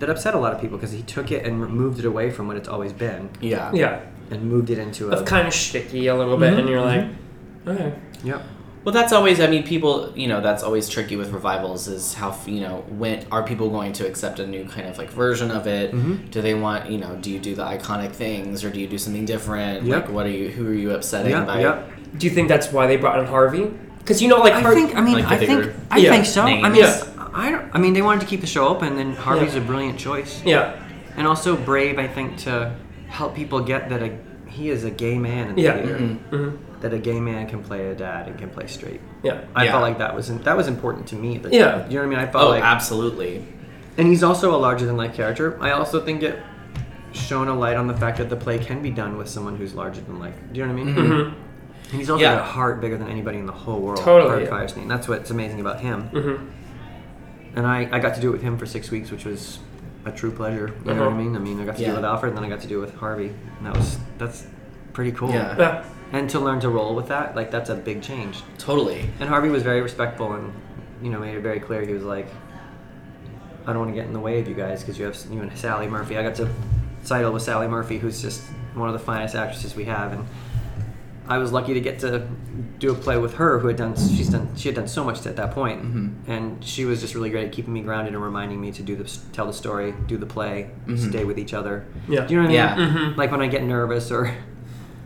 that upset a lot of people because he took it and moved it away from what it's always been yeah. Yeah. and moved it into a. That's kind of shticky a little bit, and you're like, okay. Yep. Well, that's always. I mean, people. You know, that's always tricky with revivals. Is how you know when are people going to accept a new kind of like version of it? Mm-hmm. Do they want you know? Do you do the iconic things or do you do something different? Yep. Like, what are you? Who are you upsetting Yeah, by? yeah. Do you think that's why they brought in Harvey? Because you know, like, I Har- think. I mean, Like the I think. bigger I Yeah. think so. I names. mean, Yeah. I don't. I mean, they wanted to keep the show open, and Harvey's Yeah. a brilliant choice, yeah, and also brave. I think to help people get that a, he is a gay man in the Yeah. theater. That a gay man can play a dad and can play straight. yeah, I Yeah. felt like that was that was important to me. at the Yeah. time. you know what I mean. I felt Oh, like, absolutely. and he's also a larger than life character. I also think it shone a light on the fact that the play can be done with someone who's larger than life. Do you know what I mean? Mm-hmm. And he's also Yeah. got a heart bigger than anybody in the whole world. Totally, Hart yeah. Firestein. That's what's amazing about him. And I, I got to do it with him for six weeks, which was a true pleasure. You know what Uh-huh. I mean? I mean, I got to do Yeah. it with Alfred, and then I got to do it with Harvey, and that was that's pretty cool. Yeah. yeah. And to learn to roll with that, like that's a big change. Totally. And Harvey was very respectful and, you know, made it very clear. He was like, I don't want to get in the way of you guys because you have you and Sally Murphy. I got to sidle with Sally Murphy, who's just one of the finest actresses we have. And I was lucky to get to do a play with her, who had done she's done she had done so much at that point, and she was just really great at keeping me grounded and reminding me to do the tell the story, do the play, stay with each other. Yeah. do you know what Yeah. Uh. I mean? Like when I get nervous or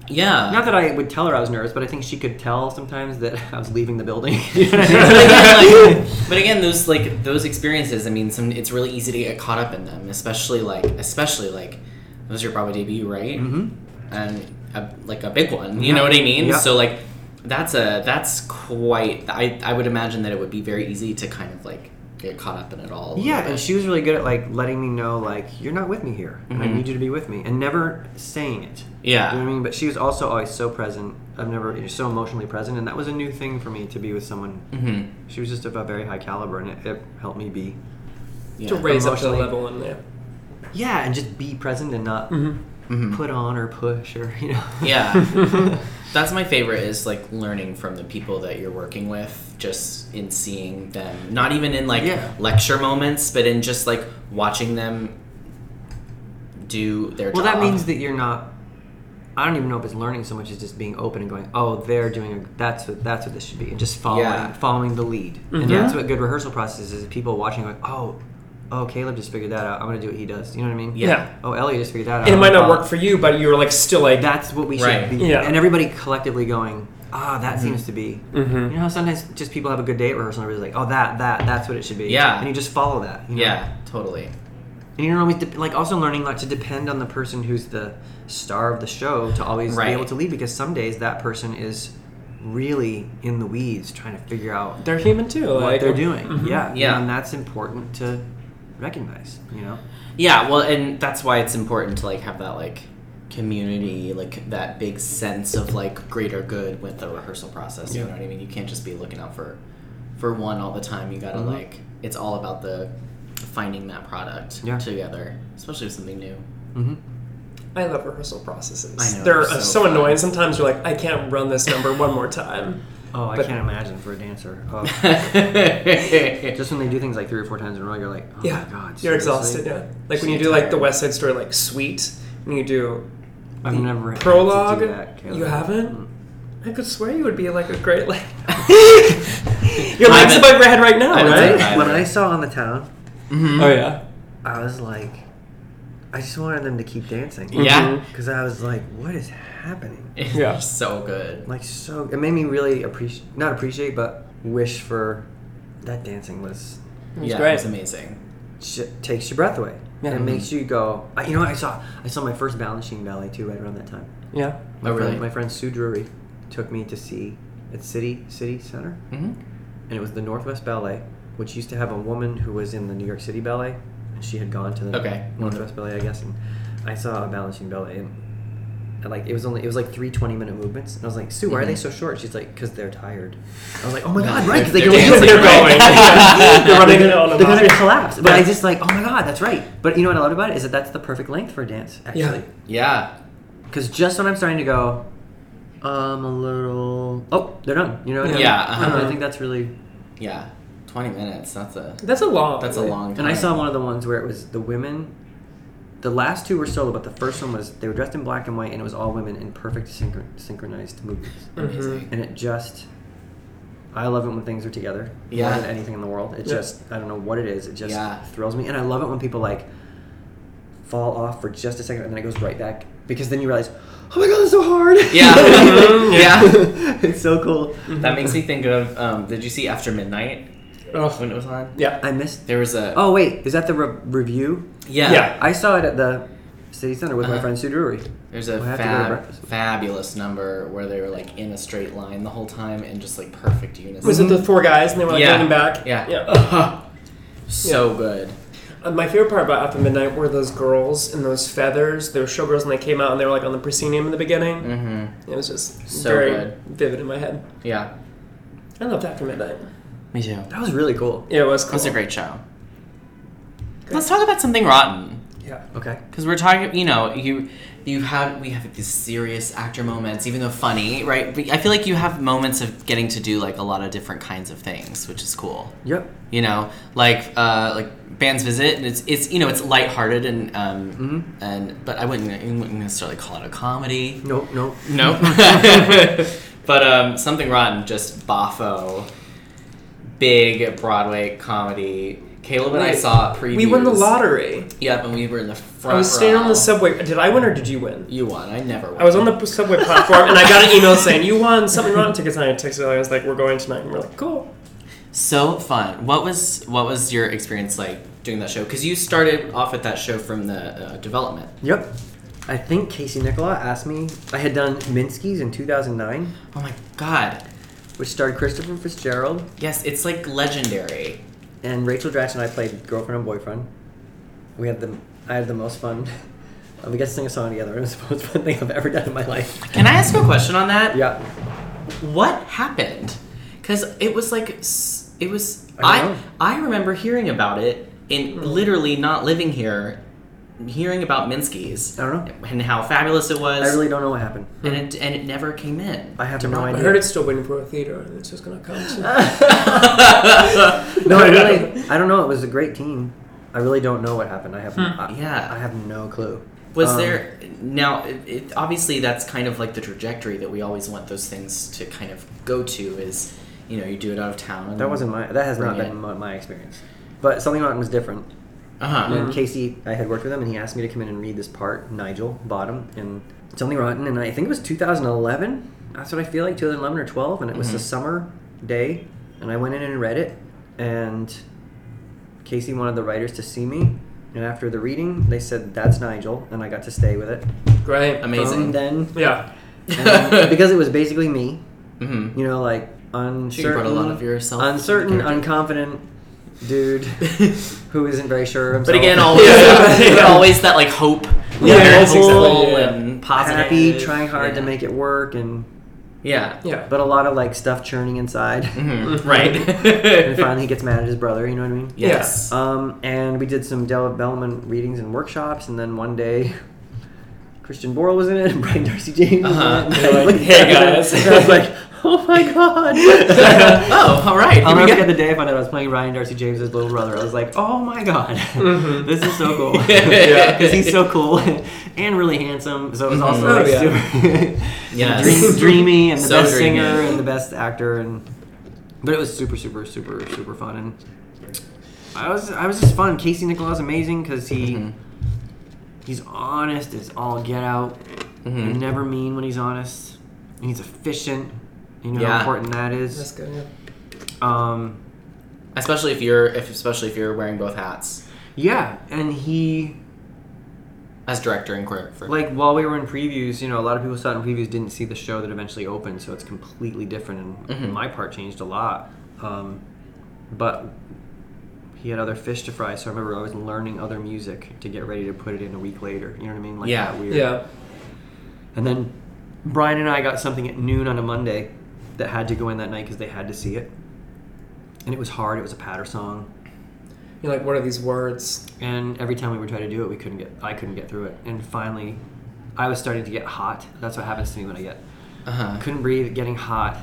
Yeah. not that I would tell her I was nervous, but I think she could tell sometimes that (laughs) I was leaving the building. (laughs) but, again, like, but again, those like those experiences. I mean, some it's really easy to get caught up in them, especially like especially like it was your Broadway debut, right? Mm-hmm. And a, like a big one, you know what I mean? Yeah. So like that's a that's quite. I I would imagine that it would be very easy to kind of like get caught up in it all. a little Yeah, bit. and she was really good at like letting me know like you're not with me here, and I need you to be with me, and never saying it. Mm-hmm. Yeah. you know what I mean. But she was also always so present. I've never you're so emotionally present, and that was a new thing for me to be with someone. Mm-hmm. She was just of a very high caliber, and it, it helped me be. To raise up to the Emotionally. level and yeah. (laughs) Yeah, and just be present and not put on or push or you know. Mm-hmm. (laughs) yeah. that's my favorite is like learning from the people that you're working with just in seeing them not even in like Yeah. lecture moments but in just like watching them do their Well, job that means that you're not. I don't even know if it's learning so much as just being open and going, oh, they're doing a, that's what that's what this should be, and just following Yeah. following the lead. And Mm-hmm. that's what good rehearsal process is. is People watching going, oh, oh, Caleb just figured that out. I'm gonna do what he does. You know what I mean? Yeah. Yeah. Oh, Elliot just figured that out. And it might not Oh, work for you, but you're like still like That's what we should Right. be. Yeah. Mm-hmm. And everybody collectively going, ah, that seems to be. You know how sometimes just people have a good day at rehearsal and everybody's like, oh, that that that's what it should be. Yeah. And you just follow that. you know? yeah totally And you're always de- like also learning not to depend on the person who's the star of the show to always Right. be able to lead because some days that person is really in the weeds trying to figure out they're human too. what Like Mm-hmm. they're doing. Yeah, Yeah. and that's important to recognize. You know, yeah well and that's why it's important to like have that like community like that big sense of like greater good with the rehearsal process you know what i mean you can't just be looking out for for one all the time you gotta Mm-hmm. like it's all about the finding that product Yeah. together especially with something new Mm-hmm. I love rehearsal processes. I know, they're they're uh, so so, fun. annoying. Sometimes you're like, I can't run this number one more time. oh, I But- can't imagine for a dancer. (laughs) Oh. yeah Just when they do things like three or four times in a row, you're like, oh yeah, my god, you're seriously? exhausted. Yeah, like when you So do like tired. the West Side Story, like Sweet. When you do I've never had to do prologue, that, Mm. Caleb. you haven't. I could swear you would be like a great (laughs) like. I Your legs haven't- above your head right now, I haven't right? done When I saw on the town, Oh yeah. I was like, I just wanted them to keep dancing. Mm-hmm. Because I was like, what is happening? (laughs) Yeah. so good Like, so. It made me really appreciate, not appreciate, but wish for that dancing was. yeah great. it was amazing sh- takes your breath away. Yeah. And it Mm-hmm. makes you go. I, you know what I saw? I saw my first Balanchine ballet too right around that time. Yeah. My Oh, friend, really? My friend Sue Drury took me to see at City City Center, Mhm. and it was the Northwest Ballet, which used to have a woman who was in the New York City Ballet, and she had gone to the Okay. Northwest Ballet, I guess. And I saw a Balanchine ballet, and I, like it was only it was like three 20 minute movements, and I was like, Sue, why Mm-hmm. are they so short? She's like, because they're tired. I was like, oh my god, (laughs) right? Because they They're go dancing, they're right? going. They're running it on (laughs) They're gonna collapse. But I just like, oh my god, that's right. But you know what I loved about it is that that's the perfect length for a dance, actually. yeah Because just when I'm starting to go, um, a little. Oh, they're done. You know. what I mean? Yeah, uh-huh. I think that's really. yeah 20 minutes that's a That's a long. that's a long time And I (laughs) saw (laughs) one of the ones where it was the women. The last two were solo, but the first one was they were dressed in black and white, and it was all women in perfect synchro- synchronized movements. amazing And it just. I love it when things are together. Yeah. More than anything in the world. It Yeah. just, I don't know what it is. It just Yeah. thrills me. And I love it when people like fall off for just a second and then it goes right back. Because then you realize, oh my god, that's so hard. yeah yeah (laughs) it's so cool. That makes me think of. Um, did you see After Midnight? When it was on, Mm-hmm. Yeah. I missed. there was a. Oh wait, is that the re- review? yeah, yeah. I saw it at the city center with my Uh-huh. friend Sue Drury. There's a We'll have to go to fab, breakfast. fabulous number where they were like in a straight line the whole time and just like perfect unison. Was it the four guys and they were like Mm-hmm. Yeah. running back? Yeah. Yeah. (laughs) so good? Uh, My favorite part about After Midnight were those girls and those feathers. They were showgirls and they came out and they were like on the proscenium in the beginning. Mm-hmm. It was just So very good. vivid in my head. Yeah, I loved After Midnight. me too. That was really cool. Yeah, it was cool. That's a great show. Let's talk about something rotten. Yeah. Okay. because we're talking you know you you have we have these serious actor moments even though funny right but i feel like you have moments of getting to do like a lot of different kinds of things which is cool Yep. you know like uh like band's visit and it's it's you know it's lighthearted and um Mm-hmm. and but i wouldn't, I wouldn't necessarily call it a comedy Nope. Nope. no. (laughs) (laughs) but um, Something Rotten, just boffo. Big Broadway comedy. Caleb and I Wait, saw previews. We won the lottery. Yep, and we were in the front I was staying row. on the subway. Did I win or did you win? You won. I never won. I was on the subway platform and I got an email saying, You won something wrong tickets. And I texted her. I was like, We're going tonight. And we're like, Cool. so fun. What was what was your experience like doing that show? Because you started off at that show from the uh, development. Yep. I think Casey Nicola asked me. I had done Minsky's in 2009, Oh my god. which starred Christopher Fitzgerald Yes, it's like legendary. and Rachel Dratch, and I played girlfriend and boyfriend. We had the I had the most fun. (laughs) We got to sing a song together. It was the most fun thing I've ever done in my life. Can I ask you a question on that? Yeah. what happened because it was like s- it was I i don't Hmm. i remember hearing about it and literally not living here hearing about Minsky's. I don't know. And how fabulous it was. I really don't know what happened. and it and it never came in. I have no I idea. heard it's still waiting for a theater, and it's just gonna come. soon. (laughs) (laughs) No, I really, I don't know. It was a great team. I really don't know what happened. I have, I, Hmm. Yeah. I have no clue. Was Um, there now? It, it, obviously, that's kind of like the trajectory that we always want those things to kind of go to. Is you know you do it out of town. And That wasn't my. That has not Bring it. been my, my experience. But something Mountain was different. Uh huh. And Casey, I had worked with him, and he asked me to come in and read this part, Nigel Bottom, and Something Rotten, and I think it was 2011. That's what I feel like, 2011 or 12, and it was a summer day, and I went in and read it, and Casey wanted the writers to see me, and after the reading, they said that's Nigel, and I got to stay with it. Great. (laughs) Amazing. From Um, then, Yeah. and (laughs) then- because it was basically me, Mhm. you know, like uncertain, Sure, you brought a lot of yourself into the uncertain, character. unconfident (laughs) dude who isn't very sure himself. But again, always, (laughs) but always that (laughs) like hope, Yeah, yeah, that's exactly- hopeful yeah. and positive, happy, trying hard yeah. to make it work, and Yeah, Yeah. but a lot of like stuff churning inside. Mm-hmm. Mhm. right. (laughs) (laughs) and finally, he gets mad at his brother. You know what I mean? yes. Um, and we did some Della Bellman readings and workshops, and then one day. (laughs) Christian Borle was in it, and Brian Darcy James. Uh-huh. Was in They're it, (laughs) and I like, looked (laughs) "Hey, at it, guys." and I was like, "Oh my (laughs) god!" (laughs) oh, all right. Here we I'll never go. forget the day when I was playing Ryan Darcy James's little brother. I was like, "Oh my god, this is so cool!" Mm-hmm. (laughs) (laughs) Yeah. Mm-hmm. because he's so cool and really handsome. So it was also Oh, like yeah. super (laughs) (laughs) Yes. dream, dreamy and the So best dreamy. singer and the best actor. And but it was super, super, super, super fun. And I was, I was just fun. Casey Nicholas amazing because he, Mm-hmm. he's honest as all get out. Mm-hmm. He's never mean when he's honest. And he's efficient. You know Yeah. how important that is. That's good. Yeah. Um, Especially if you're, if especially if you're wearing both hats Yeah, and he as director and choreographer. like while we were in previews, you know, a lot of people saw it in previews didn't see the show that eventually opened, so it's completely different, and my part changed a lot. Um, but he had other fish to fry, so I remember I was learning other music to get ready to put it in a week later. You know what I mean? Like Yeah. that weird. Yeah. And then Brian and I got something at noon on a Monday that had to go in that night because they had to see it, and it was hard. It was a patter song. You're like, what are these words? and every time we would try to do it we couldn't get i couldn't get through it and finally i was starting to get hot that's what happens to me when i get Uh-huh. couldn't breathe getting hot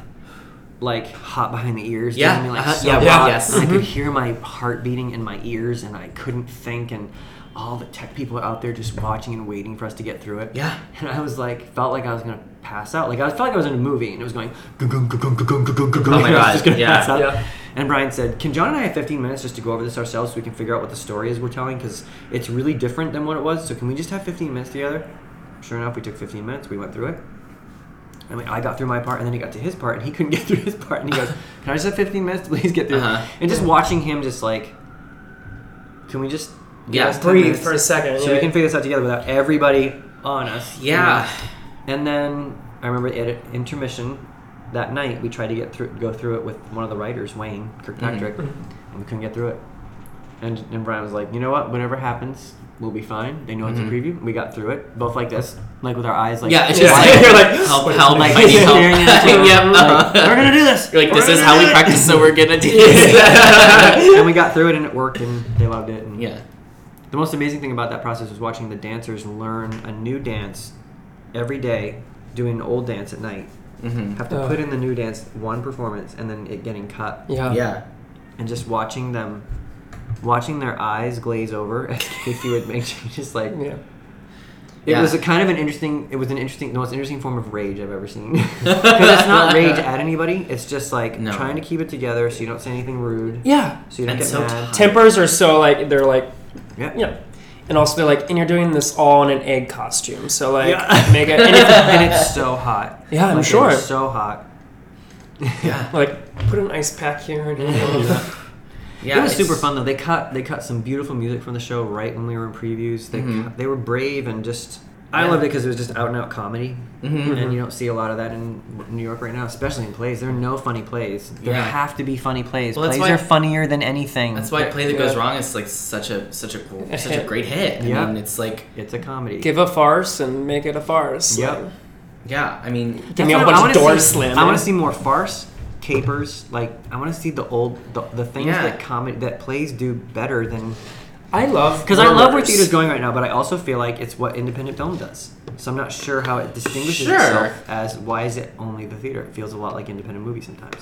like hot behind the ears Yeah, getting me, like, uh-huh, so yeah, yeah, hot. yes. Mm-hmm. i could hear my heart beating in my ears and i couldn't think and all the tech people out there just watching and waiting for us to get through it Yeah. and i was like felt like i was gonna pass out like i felt like i was in a movie and it was going oh my I was god. just gonna yeah. pass out. Yeah. And Brian said, "Can John and I have 15 minutes just to go over this ourselves so we can figure out what the story is we're telling? Because it's really different than what it was. So can we just have 15 minutes together?" Sure enough, we took 15 minutes. We went through it. I mean, I got through my part, and then he got to his part, and he couldn't (laughs) get through his part. And he goes, "Can I just have 15 minutes? (laughs) to Please get through." it?" Uh-huh. And just watching him, just like, can we just give Yeah, us 10 Breathe minutes for a second. so yeah. we can figure this out together without everybody on us? you Yeah. know? And then I remember at an intermission that night, we tried to get through, go through it with one of the writers, Wayne Kirkpatrick, Mm-hmm. and we couldn't get through it. And, and Brian was like, you know what? Whatever happens, we'll be fine. They know it's a preview. We got through it, both like this, like with our eyes, like Mm-hmm. Yeah, it's just (laughs) like, You're like, (laughs) help, help, like I need help. staring (laughs) at each other, Yep, like, uh-huh. we're gonna do this. You're like, We're this is gonna how do we it." practice, so we're gonna do this. (laughs) and we got through it, and it worked, and they loved it. (laughs) And yeah. the most amazing thing about that process was watching the dancers learn a new dance every day, doing an old dance at night. Mm-hmm. Have to Oh. put in the new dance one performance, and then it getting cut, Yeah. Yeah. and just watching them, watching their eyes glaze over (laughs) as Casey would make changes. Like Yeah. it Yeah. was a kind of an interesting. It was an interesting, the most interesting form of rage I've ever seen. (laughs) Because (laughs) it's not rage at anybody. It's just like No. trying to keep it together so you don't say anything rude. Yeah. So you don't And get so mad. Tempers are so like they're like yeah. you know, and also they're like and you're doing this all in an egg costume, so like Yeah. (laughs) make it and (laughs) if- (laughs) and it's so hot. Yeah, I'm Like, it sure. was so hot. like put an ice pack here. And Yeah. it was it's- super fun though. They cut they cut some beautiful music from the show right when we were in previews. They Mm-hmm. cut, they were brave and just I loved it because it was just out and out comedy, Mm-hmm. and you don't see a lot of that in New York right now, especially in plays. There are no funny plays. There Yeah. have to be funny plays. Well, that's plays why- are funnier than anything. That's why play that goes Yeah. wrong is like such a such a gr- such a hit. great hit. I Yeah. mean, it's like it's a comedy. Give a farce and make it a farce. Yep. Like, yeah. I mean, give me a bunch That's what I of wanna doors see. slamming. I want to see more farce, capers. Like I want to see the old the, the things Yeah. that comedy that plays do better than I love Because I love where murderers. theater's going right now, but I also feel like it's what independent film does. So I'm not sure how it distinguishes Sure. itself as why is it only the theater? It feels a lot like independent movies sometimes.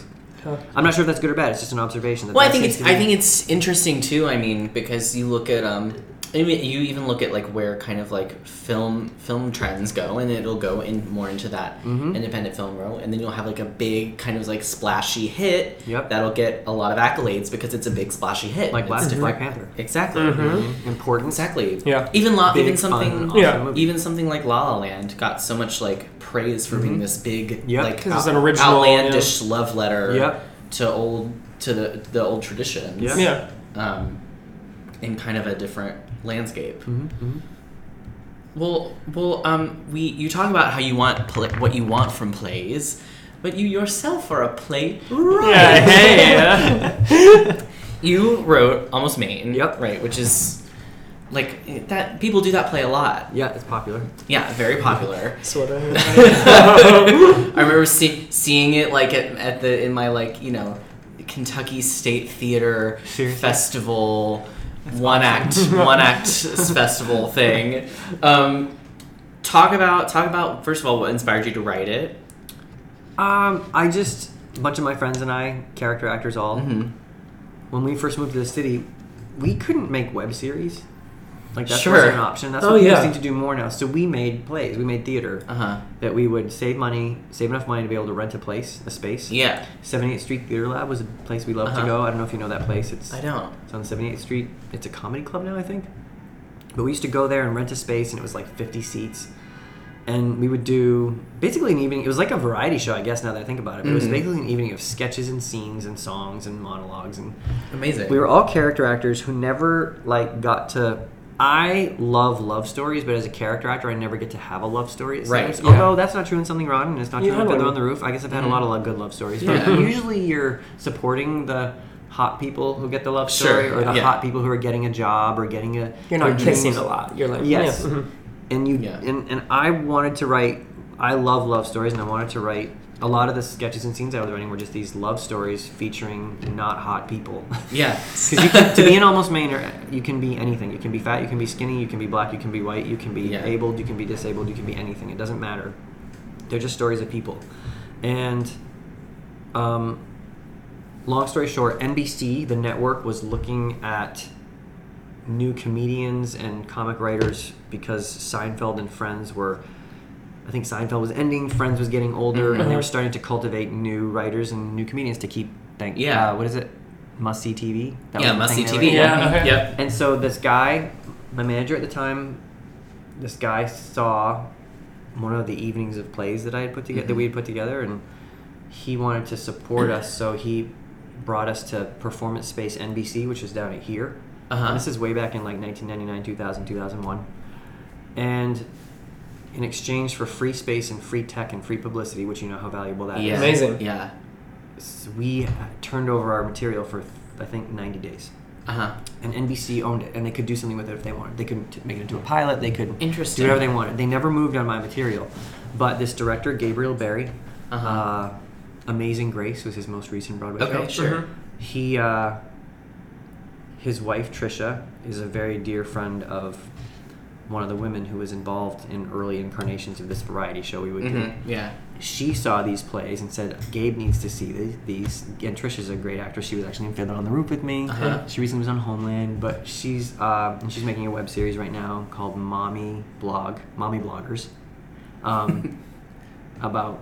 I'm not sure if that's good or bad. It's just an observation. That Well, I that think seems it's to I be- think it's interesting too. I mean, because you look at um, I mean, you even look at like where kind of like film film trends go, and it'll go in more into that Mm-hmm. independent film row, and then you'll have like a big kind of like splashy hit Yep. that'll get a lot of accolades because it's a big splashy hit. like It's Black, different- Black Panther. Exactly. Important. Exactly. Yeah. Even La- Big, even fun, something awesome Yeah. movie. even something like La La Land got so much like praise for being this big Yep. like 'Cause it's an original, outlandish love letter Yep. to old to the the old traditions. Yep. Yeah. Um, in kind of a different landscape. Mm-hmm. Well, well, um, we you talk about how you want pl- what you want from plays, but you yourself are a play. Yeah, (laughs) You wrote almost Maine. Yep. Right, which is like that. People do that play a lot. Yeah, it's popular. Yeah, very popular. Sort of. I remember see, seeing it like at, at the in my like you know Kentucky State Theater Festival one act one (laughs) act festival thing. Um, talk about talk about first of all what inspired you to write it. Um, I just a bunch of my friends and I, character actors all, Mm-hmm. when we first moved to the city, we couldn't make web series. Like that Sure. wasn't an option. That's Oh, what people yeah. seem to do more now. So we made plays. We made theater Uh huh. that we would save money, save enough money to be able to rent a place, a space. Yeah. 78th Street Theater Lab was a place we loved Uh-huh. to go. I don't know if you know that place. It's I don't. It's on 78th Street. It's a comedy club now, I think. But we used to go there and rent a space, and it was like 50 seats. And we would do basically an evening. It was like a variety show, I guess, now that I think about it. But it was basically an evening of sketches and scenes and songs and monologues. And Amazing. we were all character actors who never like got to. I love love stories, but as a character actor, I never get to have a love story. It Right, seems. yeah. Although that's not true in something rotten, and it's not You true in had Fiddler one. Mm-hmm. on the Roof. I guess I've had a lot of lo- good love stories. But Yeah. usually, you're supporting the hot people who get the love Sure, story, or the yeah. hot people who are getting a job or getting a. You're not their kissing dreams. a lot. You're like Yes. Mm-hmm. yeah. And you Yeah. and, and I wanted to write I love love stories and I wanted to write a lot of the sketches and scenes I was writing were just these love stories featuring not hot people. (laughs) yeah. 'Cause you (laughs) can, to be an almost Maine, or you can be anything. You can be fat, you can be skinny, you can be black, you can be white, you can be Yeah. abled, you can be disabled, you can be anything. It doesn't matter. They're just stories of people. And um, long story short, NBC, the network, was looking at new comedians and comic writers because Seinfeld and Friends were. I think Seinfeld was ending, Friends was getting older, and they Mm-hmm. were starting to cultivate new writers and new comedians to keep. Thank Yeah. uh, what is it? Must see TV. That yeah. was the Must see thing they were- TV. Yeah. (laughs) Yep. And so this guy, my manager at the time, this guy saw one of the evenings of plays that I had put together Mm-hmm. that we had put together, and he wanted to support us, so he brought us to Performance Space NBC, which is down at here. Uh-huh. And This is way back in like 1999, 2000, 2001, and in exchange for free space and free tech and free publicity, which you know how valuable that is, Yeah. Amazing. Yeah. we turned over our material for I think 90 days Uh huh. and NBC owned it, and they could do something with it if they wanted. They could t- make it into a pilot. They could Interesting. do whatever they wanted. They never moved on my material, but this director Gabriel Barry, uh Uh-huh. Amazing Grace was his most recent Broadway Okay. show. Sure. He, uh, his wife Trisha is a very dear friend of one of the women who was involved in early incarnations of this variety show we would Mm-hmm. do Mhm, Yeah. she saw these plays and said, Gabe needs to see these. these. And Trisha's a great actress. She was actually in Fiddler on the Roof with me. Uh-huh. She recently was on Homeland, but she's uh, and she's making a web series right now called Mommy Blog, Mommy Bloggers, um, about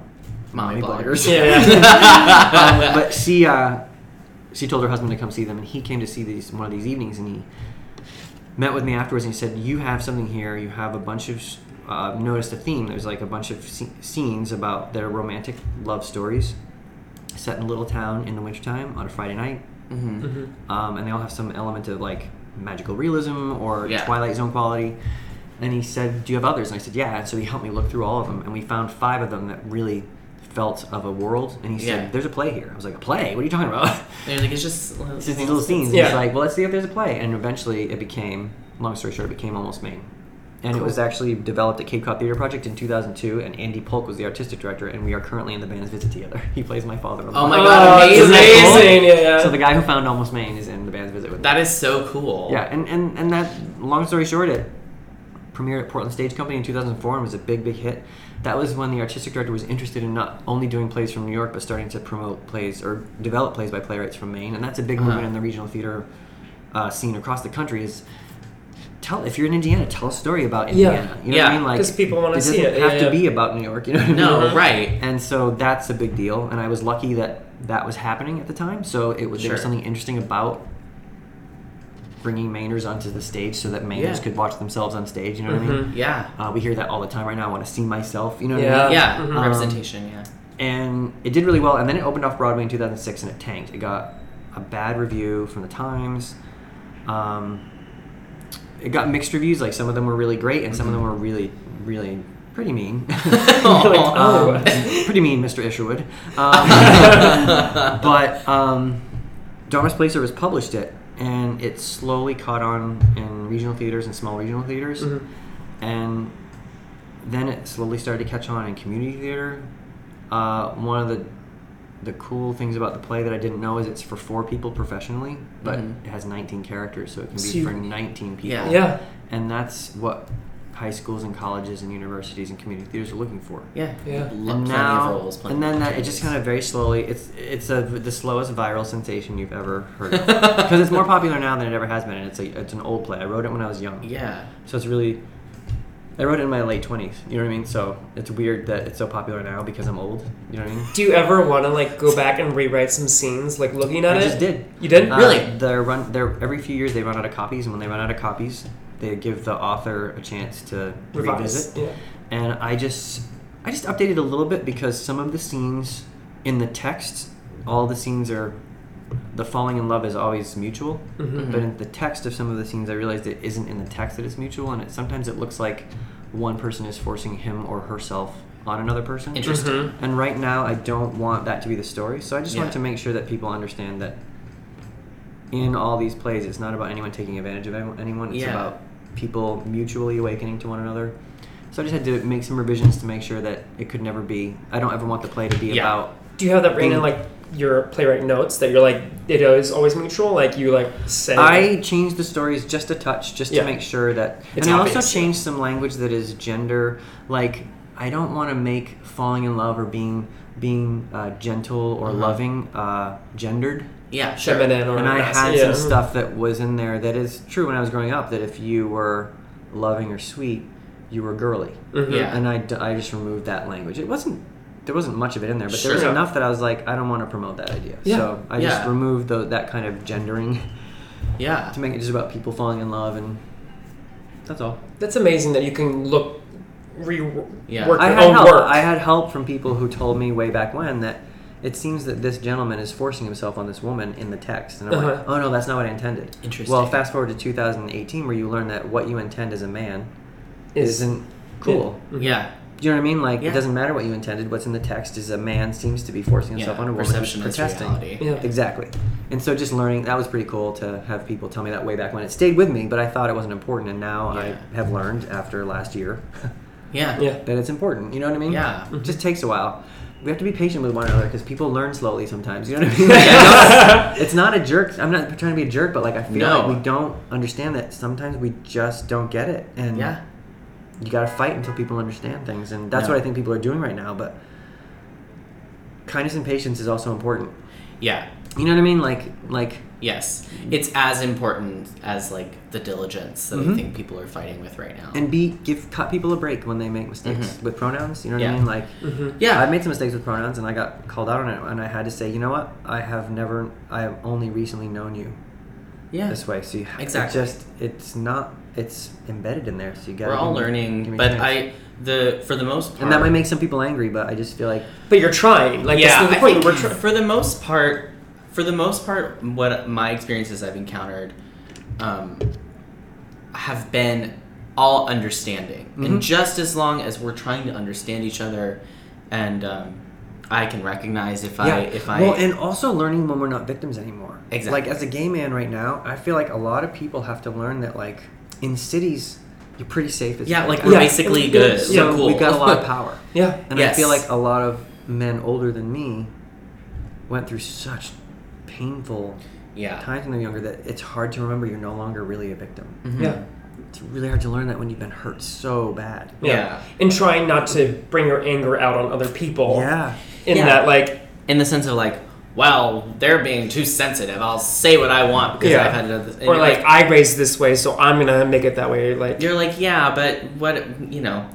Mommy mommy, bloggers. bloggers. (laughs) Yeah. (laughs) Um, but (laughs) she uh, she told her husband to come see them, and he came to see these one of these evenings, and he met with me afterwards, and he said, "You have something here. You have a bunch of." Uh, noticed a theme. There's like a bunch of sce- scenes about their romantic love stories set in a little town in the wintertime on a Friday night. Mm-hmm. Um, and they all have some element of like magical realism or Yeah. Twilight Zone quality. And he said, Do you have others? And I said, Yeah. And so he helped me look through all of them. And we found five of them that really felt of a world. And he Yeah. said, There's a play here. I was like, A play? What are you talking about? (laughs) They're like it's just little- it's just these little scenes. Yeah. He's like, Well, let's see if there's a play. And eventually it became, long story short, it became Almost Maine. and it was actually developed at Cape Cod Theater Project in 2002. And Andy Polk was the artistic director, and we are currently in the band's visit together. (laughs) He plays my father. Oh my god, amazing! amazing. Yeah, yeah. So the guy who found Almost Maine is in the band's visit with. That is so cool. Yeah, and, and, and that, long story short, it premiered at Portland Stage Company in 2004 and was a big, big hit. That was when the artistic director was interested in not only doing plays from New York, but starting to promote plays or develop plays by playwrights from Maine. And that's a big Uh-huh. movement in the regional theater uh, scene across the country is tell if you're in Indiana, tell a story about Indiana. You know what Yeah, I mean? Like 'cause people wanna it see doesn't it, Have yeah, to yeah. be about New York. You know what I mean? No, right. And so that's a big deal. And I was lucky that that was happening at the time. So it was there was Sure. something interesting about bringing Mainers onto the stage so that Mainers Yeah. could watch themselves on stage. You know what I mean? Yeah. Uh, we hear that all the time right now. I want to see myself. You know what I Yeah. mean? Yeah. Mhm. Representation. (laughs) Yeah. and it did really well. And then it opened off Broadway in 2006, and it tanked. It got a bad review from the Times. Um, it got mixed reviews. Like some of them were really great, and some of them Mm-hmm. were really, really pretty (laughs) mean. (laughs) Aw. (laughs) Oh. Um, pretty mean, Mr. Isherwood. (laughs) Um, but um, Dharma's Play Service published it, and it slowly caught on in regional theaters and small regional theaters, Mm-hmm. and then it slowly started to catch on in community theater. Uh, one of the the cool things about the play that I didn't know is it's for four people professionally, but it has 19 characters, so it can be Mm-hmm. So you- for 19 people. Yeah. Yeah. And that's what high schools and colleges and universities and community theaters are looking for Yeah. Yeah. Lo- and plenty now, of roles. Plenty and then of that, it just kind of very slowly. It's it's a, the slowest viral sensation you've ever heard (laughs) of because it's more popular now than it ever has been, and it's a it's an old play. I wrote it when I was young, Yeah. so it's really. I wrote it in my late twenties. You know what I mean? So it's weird that it's so popular now because I'm old. You know what I mean? Do you ever want to like go back and rewrite some scenes, like looking at I it? just did. You did? Uh, Really? They're run. They're every few years they run out of copies, and when they run out of copies, they give the author a chance to Revise, revisit. yeah. And I just, I just updated a little bit because some of the scenes in the text, all the scenes are, the falling in love is always mutual, Mm-hmm. but in the text of some of the scenes, I realized it isn't in the text that it's mutual, and it sometimes it looks like one person is forcing him or herself on another person. Interesting. And right now, I don't want that to be the story. So I just Yeah. want to make sure that people understand that in all these plays, it's not about anyone taking advantage of anyone- anyone. It's Yeah. about people mutually awakening to one another. So I just had to make some revisions to make sure that it could never be. I don't ever want the play to be Yeah. about. Do you have that written in like your playwright notes that you're like it is always mutual? Like you like say I changed the stories just a touch, just Yeah. to make sure that. It's and I obvious. also changed some language that is gender. Like I don't want to make falling in love or being being uh, gentle or Mm-hmm. loving uh, gendered. Yeah. Sure. feminine or and I masculine. had Yeah. some stuff that was in there that is true when I was growing up that if you were loving or sweet, you were girly. Yeah. And I, d- I just removed that language. It wasn't, there wasn't much of it in there, but there was Sure. enough that I was like, I don't want to promote that idea. Yeah. So I Yeah. just removed tho- that kind of gendering (laughs) yeah. to make it just about people falling in love and that's all. That's amazing that you can look re Yeah. work I your had own help. work. I had help from people who told me way back when that it seems that this gentleman is forcing himself on this woman in the text, and I'm Uh-huh. like, oh no, that's not what I intended. Interesting. Well, fast forward to 2018, where you learn that what you intend as a man Is- isn't cool. Yeah. Do you know what I mean? Like Yeah. it doesn't matter what you intended. What's in the text is a man seems to be forcing himself Yeah, on a woman. perception who's is protesting. reality. Yeah. Exactly. And so just learning that was pretty cool to have people tell me that way back when. It stayed with me, but I thought it wasn't important, and now Yeah. I have learned after last year (laughs) Yeah. yeah. that it's important. You know what I mean? Yeah. It just takes a while. We have to be patient with one another because people learn slowly sometimes. You know what I (laughs) mean? it's not a jerk. I'm not trying to be a jerk, but like I feel No. like we don't understand that sometimes we just don't get it, and Yeah. you got to fight until people understand things, and that's No. what I think people are doing right now. But kindness and patience is also important. Yeah. You know what I mean? Like, like Yes. It's as important as like the diligence that I think people are fighting with right now. Mm-hmm. and be give cut people a break when they make mistakes with pronouns. You know Mm-hmm. what Yeah. I mean? Like, Yeah. I made some mistakes with pronouns, and I got called out on it, and I had to say, you know what? I have never, I have only recently known you yeah. this way. So you it Exactly. just it's not it's embedded in there. So you got. We're all learning, but I the for the most part And that might make some people angry, but I just feel like But you're trying. Like yeah, that's the I point. think We're (laughs) trying. for the most part, for the most part, what my experiences I've encountered um, have been all understanding, Mm-hmm. and just as long as we're trying to understand each other, and um, I can recognize if I if I well, and also learning when we're not victims anymore. Exactly. Like as a gay man right now, I feel like a lot of people have to learn that like in cities, you're pretty safe. As Yeah, fuck. like we're Yeah. basically good. Yeah. We're So cool. we got a lot of (laughs) power. Yeah. And Yes. I feel like a lot of men older than me went through such painful yeah. times when they're younger that it's hard to remember you're no longer really a victim. Mm-hmm. Yeah. It's really hard to learn that when you've been hurt so bad. Yeah. And trying not to bring your anger out on other people. Yeah. In Yeah. that, like, In the sense of like, well, they're being too sensitive. I'll say what I want because Yeah. I've had this. and or you're like, I raised this way, so I'm gonna make it that way. Like, you're like, yeah, but what you know.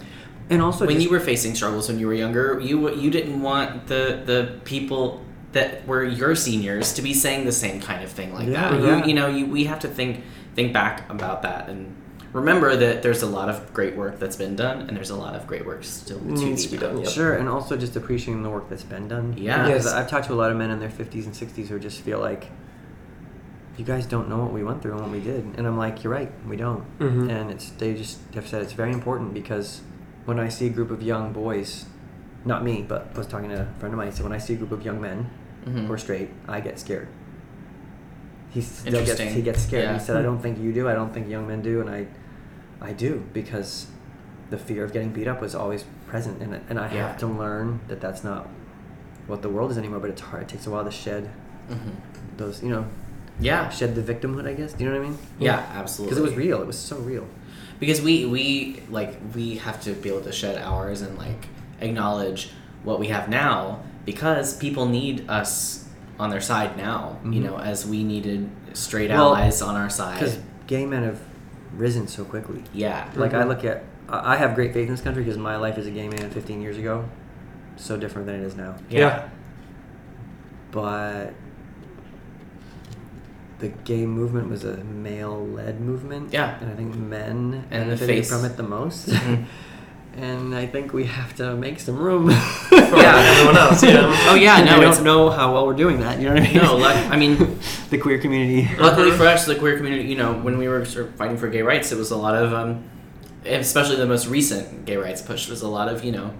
And also, when just, you were facing struggles when you were younger, you you didn't want the the people that were your seniors to be saying the same kind of thing like Yeah, that. You- yeah. You, know, you, we have to think think back about that and remember that there's a lot of great work that's been done, and there's a lot of great work still to Needs to be be done, done. yeah. Mm, sure, and also just appreciating the work that's been done. Yeah. Because Yes. I've talked to a lot of men in their 50s and 60s who just feel like, you guys don't know what we went through and what we did. And I'm like, you're right, we don't. Mhm. And it's they just have said it's very important because when I see a group of young boys, not me, but I was talking to a friend of mine, so when I see a group of young men Mm-hmm. who are straight, I get scared. He still gets, Interesting. he gets scared. Yeah. He said, I don't think you do, I don't think young men do, and I, I do because the fear of getting beat up was always present, and, and I Yeah. have to learn that that's not what the world is anymore, but it's hard. It takes a while to shed Mm-hmm. those, you know, Yeah, shed the victimhood, I guess. Do you know what I mean? yeah, absolutely. Because it was real. It was so real. because we we like we have to be able to shed ours and like acknowledge what we have now because people need us on their side now you know as we needed straight Mm-hmm. Well, allies on our side Because gay men have risen so quickly. yeah Mm-hmm. Like I look at, I I have great faith in this country because my life as a gay man 15 years ago, so different than it is now. yeah. But the gay movement was a male-led movement. Yeah. and I think men And the benefited face. Mm-hmm. from it the most. (laughs) and I think we have to make some room. (laughs) Yeah. Everyone else, you know? oh yeah I no it's don't know how well we're doing that. You know what I mean? no like i mean (laughs) the queer community. (laughs) luckily for us, the queer community, you know, when we were sort of fighting for gay rights, it was a lot of, um, especially the most recent gay rights push was a lot of, you know,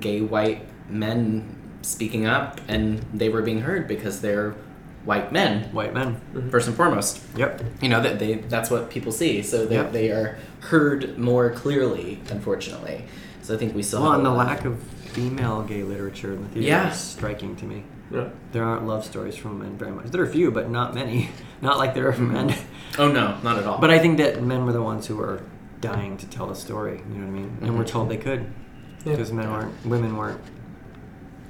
gay white men speaking up, and they were being heard because they're white men, White men. first and foremost. Yep. You know that they that's what people see, so they, Yep. they are heard more clearly, unfortunately. So I think we saw Well, and the lack of female gay literature in the theater Yeah. is striking to me. Yeah. There aren't love stories from men very much. There are few, but not many. (laughs) Not like there are for men. Oh no, not at all. But I think that men were the ones who were dying to tell the story. You know what I mean? And we're Mm-hmm. told they could, Yeah. because men weren't. Women weren't.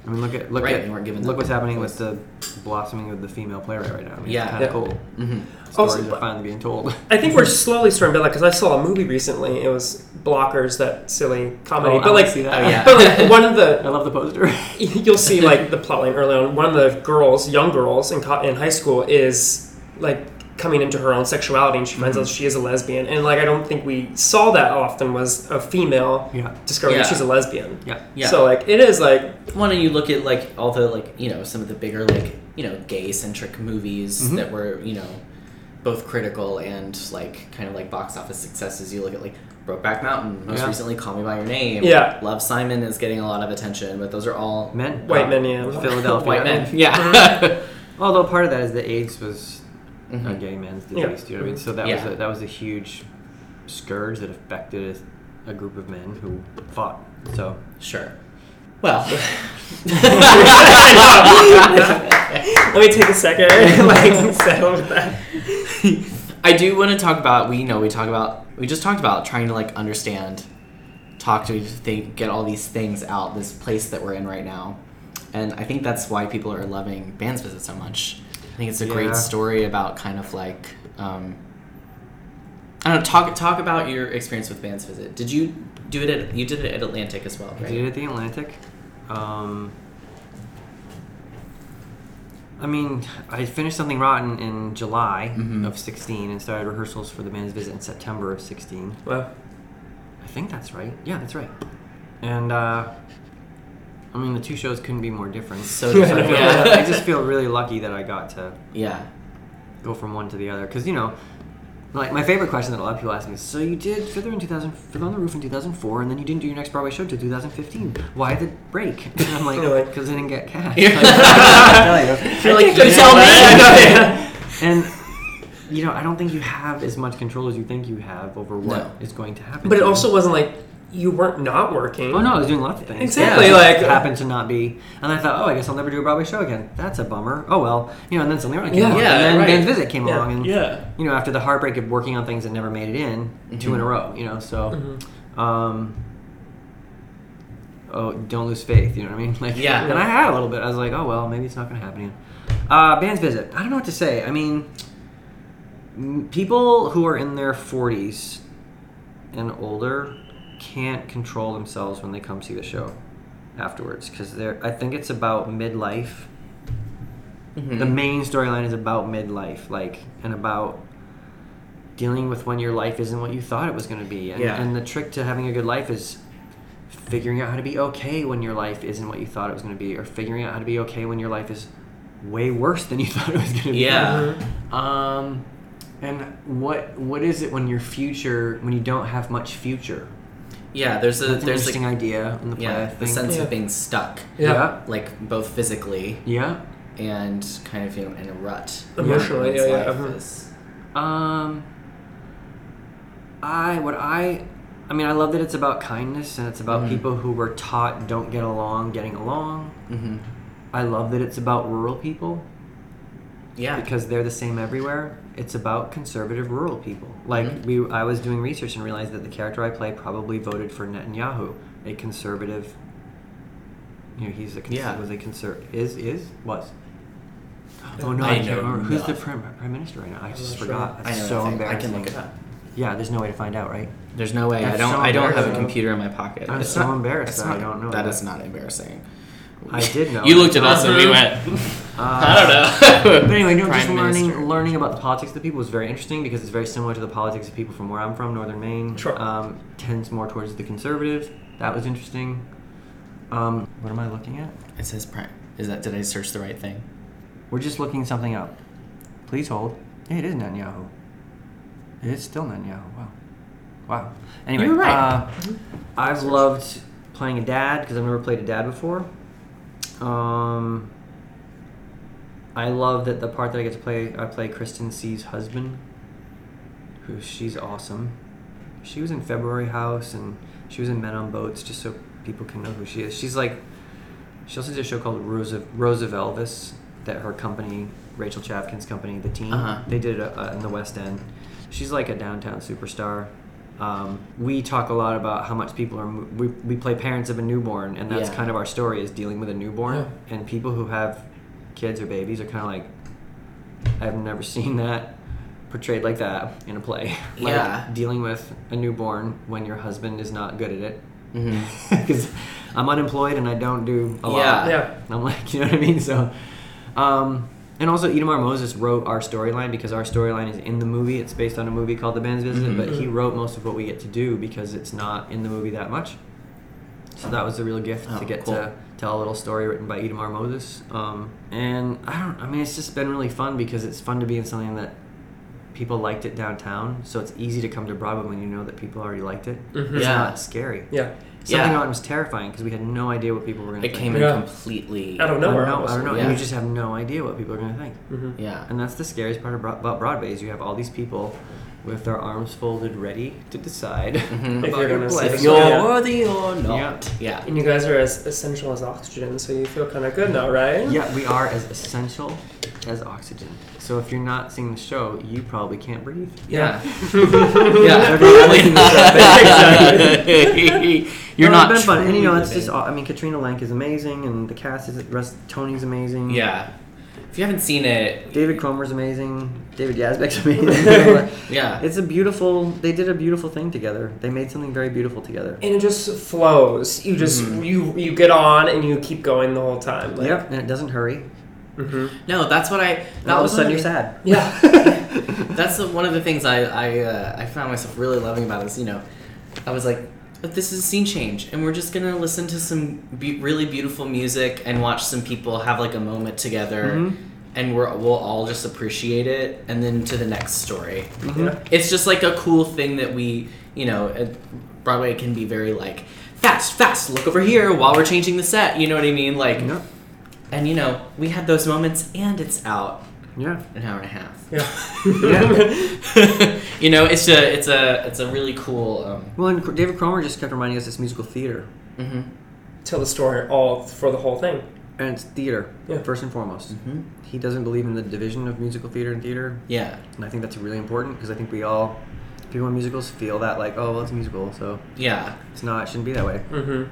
I mean, look at look Right, at they weren't given look that what's happening with the blossoming of the female playwright right now. I mean, Yeah. Mm-hmm. kind Yeah. of cool. Stories Also, are finally being told. (laughs) I think we're slowly starting to like because I saw a movie recently. It was Blockers, that silly comedy. Oh, I but like, wanna see that. Oh, yeah. but (laughs) like one of I the love the poster. (laughs) you'll see like the plotline early on. One of the girls, young girls in co- in high school, is like coming into her own sexuality, and she finds out she is a lesbian. And like I don't think we saw that often was a female Yeah. discovering that Yeah. she's a lesbian. yeah. Yeah. So like it is like One, and you look at like all the like you know some of the bigger like you know gay centric movies Mm-hmm. that were you know both critical and like kind of like box office successes. You look at like Brokeback Mountain, most Yeah. recently Call Me by Your Name. Yeah. Love Simon is getting a lot of attention, but those are all Men. Uh, white men, yeah. Philadelphia. white (laughs) men. Yeah, Although part of that is the AIDS was a gay man's disease. Yeah. Do you know what I mean? So that Mm-hmm. Yeah. was a, that was a huge scourge that affected a, a group of men who fought. So sure. (laughs) Well, (laughs) Let me take a second (laughs) and like settle with that. I do want to talk about we you know we talk about we just talked about trying to like understand, talk to they get all these things out this place that we're in right now, and I think that's why people are loving bands visit so much. I think it's a Yeah. great story about kind of like. Um, I don't know, talk talk about your experience with bands visit. Did you do it at you did it at Atlantic as well, I did it right? at the Atlantic. Um, I mean, I finished Something Rotten in July of 16 and started rehearsals for the band's visit in September of 16. Well, I think that's right. Yeah, that's right. And uh, I mean, the two shows couldn't be more different. So different. yeah. (laughs) I just feel really lucky that I got to yeah. go from one to the other because you know like my favorite question that a lot of people ask me is so you did fiddler in 2000 fiddler on the roof in 2004 and then you didn't do your next broadway show till 2015 why the break (laughs) and i'm (laughs) like Really? because i didn't get cash Yeah. (laughs) Like, I can't tell you. You know what? and you know, I don't think you have as much control as you think you have over what is No. going to happen. (laughs) But it to you. also wasn't like you weren't not working. Oh no, I was doing lots of things. Exactly, Yeah, like- it just happened to not be, and I thought, oh, I guess I'll never do a Broadway show again. That's a bummer. Oh well, you know. And then something came Yeah. along, Yeah, and then right. Dan's visit came Yeah. along, and Yeah. you know, after the heartbreak of working on things that never made it in, two in a row, you know. So, um, oh, don't lose faith. You know what I mean? (laughs) Like, Yeah. And I had a little bit. I was like, oh well, maybe it's not going to happen again. Uh, band's visit. I don't know what to say. I mean, m- people who are in their forties and older can't control themselves when they come see the show afterwards because they're i think it's about midlife Mm-hmm. the main storyline is about midlife like and about dealing with when your life isn't what you thought it was going to be and, Yeah. and the trick to having a good life is figuring out how to be okay when your life isn't what you thought it was going to be or figuring out how to be okay when your life is way worse than you (laughs) thought it was going to be Uh, Yeah. um, and what what is it when your future when you don't have much future? Yeah, there's a That's an there's interesting like idea in the play. I yeah, the think. sense Yeah. of being stuck. yeah, Like both physically yeah. and kind of you know in a rut. Oh, Emotionally, It's yeah, like yeah, mhm. this- Um, I what I, I mean, I love that it's about kindness and it's about people who were taught don't get along getting along. Mm. Mm-hmm. I love that it's about rural people. Yeah. because they're the same everywhere. It's about conservative rural people. Like Mm-hmm. we, I was doing research and realized that the character I play probably voted for Netanyahu, a conservative. You know, he's a cons- Yeah. was a conservative is is was. Oh no, I, I can't know remember. Who's the nothing. prime, prime minister right now? I just not sure. forgot. I That's know. so I think- I embarrassing. can look it up. Yeah, there's no way to find out, right? There's no way. I That's don't. so I don't have a embarrassing. computer in my pocket. I'm It's so not- embarrassed it's that I not- don't know That that. is not embarrassing. I did know. You that. Uh, looked at us and we went. (laughs) (laughs) I don't know. But anyway, no, Prime just learning Minister. learning about the politics of the people was very interesting because it's very similar to the politics of people from where I'm from, Northern Maine. Sure. Um, tends more towards the conservative. That was interesting. Um, what am I looking at? It says prime. Is that? Did I search the right thing? We're just looking something up. Please hold. Yeah, it is Netanyahu. It is still Netanyahu. Wow. Wow. Anyway, You were right. Mm-hmm. uh, I've loved playing a dad because I've never played a dad before. Um, I love that the part that I get to play, I play Kristen C's husband, who she's awesome. She was in February House and she was in Men on Boats, just so people can know who she is. She's like, she also did a show called Rose of, Rose of Elvis that her company, Rachel Chavkin's company, The Team, Uh-huh. they did it uh, in the West End. She's like a downtown superstar. Um, we talk a lot about how much people are. mo- We, we play parents of a newborn, and that's Yeah. kind of our story is dealing with a newborn. And people who have kids or babies are kind of like, I've never seen that portrayed like that in a play. (laughs) like Yeah. dealing with a newborn when your husband is not good at it. (laughs) Because I'm unemployed and I don't do a lot. Mm-hmm. Yeah. Yeah. And (laughs) I'm like, you know what I mean? So, um, and also Edomar Moses wrote our storyline because our storyline is in the movie. It's based on a movie called The Band's Visit, Mm-hmm. but he wrote most of what we get to do because it's not in the movie that much. So that was a real gift Oh, to get cool. to tell a little story written by Edomar Moses. Um, and I don't, I mean, it's just been really fun because it's fun to be in something that people liked it downtown. So it's easy to come to Broadway when you know that people already liked it. It's Mm-hmm. Yeah. not scary. Yeah. Something Yeah. about it was terrifying because we had no idea what people were going to It think. came Yeah. in completely. Out of I nowhere. don't know. I almost. don't Yeah. know. Mm-hmm. And you just have no idea what people are going to think. Yeah. And that's the scariest part about about Broadway is you have all these people with their arms folded, ready to decide (laughs) Mm-hmm. If about you're your gonna play. see You're Yeah. worthy or not. Yeah. And you guys are as essential as oxygen, so you feel kind of good now, right? Yeah, we are as essential as oxygen. So if you're not seeing the show, you probably can't breathe. Yeah. yeah. (laughs) (laughs) (laughs) You're No, not. It's been fun. And you know, it's truly just. aw- I mean, Katrina Lank is amazing, and the cast is. Rest, Tony's amazing. Yeah. If you haven't seen it, David Cromer's amazing. David Yazbek's amazing. Yeah. (laughs) It's a beautiful. They did a beautiful thing together. They made something very beautiful together. And it just flows. You just Mm-hmm. you you get on and you keep going the whole time. Like, Yep, and it doesn't hurry. no, that's what I. And That all of was a sudden, one you're the- sad. Yeah. (laughs) That's the, one of the things I I, uh, I found myself really loving about this. You know, I was like, but this is scene change, and we're just gonna listen to some be- really beautiful music and watch some people have like a moment together, Mm-hmm. and we're we'll all just appreciate it, and then to the next story. Mm-hmm. It's just like a cool thing that we you know, at Broadway can be very like fast, fast, look over here while we're changing the set. You know what I mean? Like, Yep. and you know, we had those moments, and it's out. Yeah. an hour and a half. Yeah. (laughs) you know, it's a it's a it's a really cool. Um, well, and David Cromer just kept reminding us it's musical theater, Tell the story all for the whole thing. and it's theater Yeah. first and foremost. He doesn't believe in the division of musical theater and theater, yeah, and I think that's really important because I think we all, people in musicals, feel that like, oh, well, it's a musical, so yeah. it's not, it shouldn't be that way. Mm-hmm.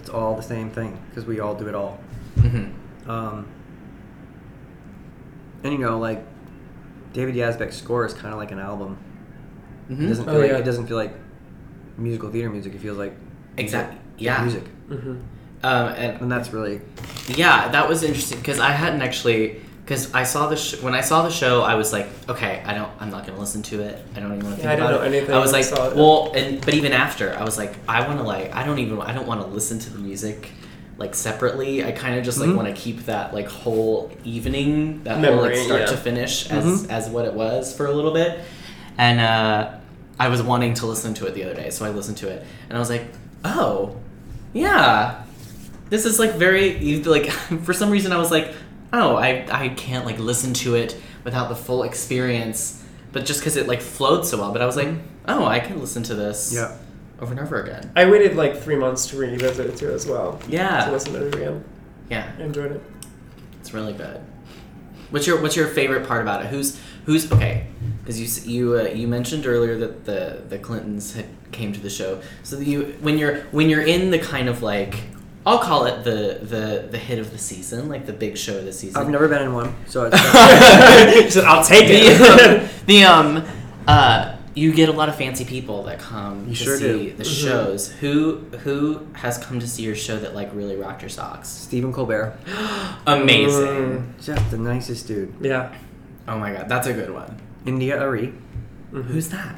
It's all the same thing because we all do it all. hmm Um, and you know, like David Yazbek's score is kind of like an album. Mm-hmm. It doesn't Oh, feel like yeah. it doesn't feel like musical theater music. It feels like Exactly. yeah. Yeah. music, Mm-hmm. Um, and and that's really Yeah, that was interesting because I hadn't actually because I saw the sh- when I saw the show, I was like, okay, I don't, I'm not gonna listen to it. I don't even want to think Yeah, I didn't about know it. anything I was when I like, saw it. well, and but even after, I was like, I want to like, I don't even, I don't want to listen to the music like separately. I kind of just like want to keep that like whole evening, that whole like Memory, start yeah. to finish as as what it was for a little bit, and uh, I was wanting to listen to it the other day, so I listened to it, and I was like, oh, yeah, this is like very you- like (laughs) for some reason I was like, oh, I I can't like listen to it without the full experience, but just because it like flowed so well. But I was like, oh, I can listen to this yeah. over and over again. I waited like three months to revisit it too as well. Yeah. To listen to it again. I Yeah, enjoyed it. it's really good. What's your what's your favorite part about it? Who's who's okay? Because you s- you uh, you mentioned earlier that the the Clintons had came to the show. So that you when you're when you're in the kind of like I'll call it the the the hit of the season, like the big show of the season. I've never been in one, so (laughs) it's She said, I'll take it. the, the um uh you get a lot of fancy people that come to sure see do. the shows. Who who has come to see your show that like really rocked your socks? Stephen Colbert. Amazing. Just the nicest dude. Mm, yeah. Oh my god, that's a good one. India Ari. Who's that?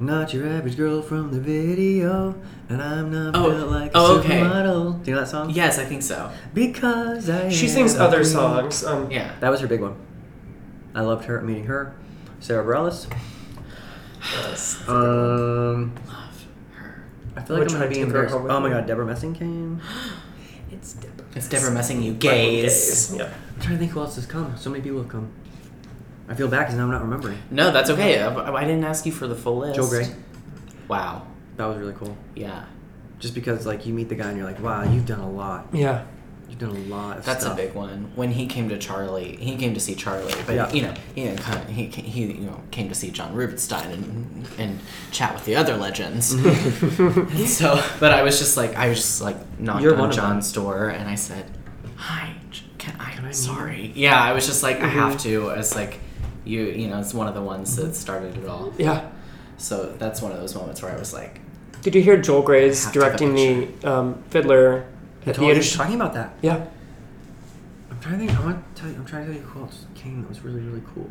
Not your average girl from the video, and I'm not Oh, built like a oh, okay. supermodel. Do you know that song? Yes, I think so. Because I. She am sings a other queen. songs. Um, Yeah. That was her big one. I loved her meeting her, Sarah Bareilles. Um, I feel like Which one I'm gonna be took her embarrassed. home with Oh my you? god, Deborah Messing came. It's Deborah messing you Gays. gays. Yeah. I'm trying to think who else has come. So many people have come. I feel bad because I'm not remembering. No, that's okay. I, I didn't ask you for the full list. Joe Gray. Wow. That was really cool. Yeah. Just because like you meet the guy and you're like, wow, you've done a lot. Yeah. You've done a lot of That's stuff. a big one. When he came to Charlie, he came to see Charlie, but Yeah. you know, he didn't come, he ca- he you know came to see John Rubinstein and and chat with the other (laughs) legends. (laughs) so, but I was just like, I was just like knocked You're one on of John's door and I said, "Hi, J- can I? am sorry." Yeah, I was just like, I have to. Mm-hmm. It's like, you you know, it's one of the ones that started it all. Yeah. So that's one of those moments where I was like, Did you hear Joel Gray's Have to have directing a the um, Fiddler I at the told you end? talking about that. Yeah. I'm trying to think. I want to tell you. I'm trying to tell you who else came that was really really cool.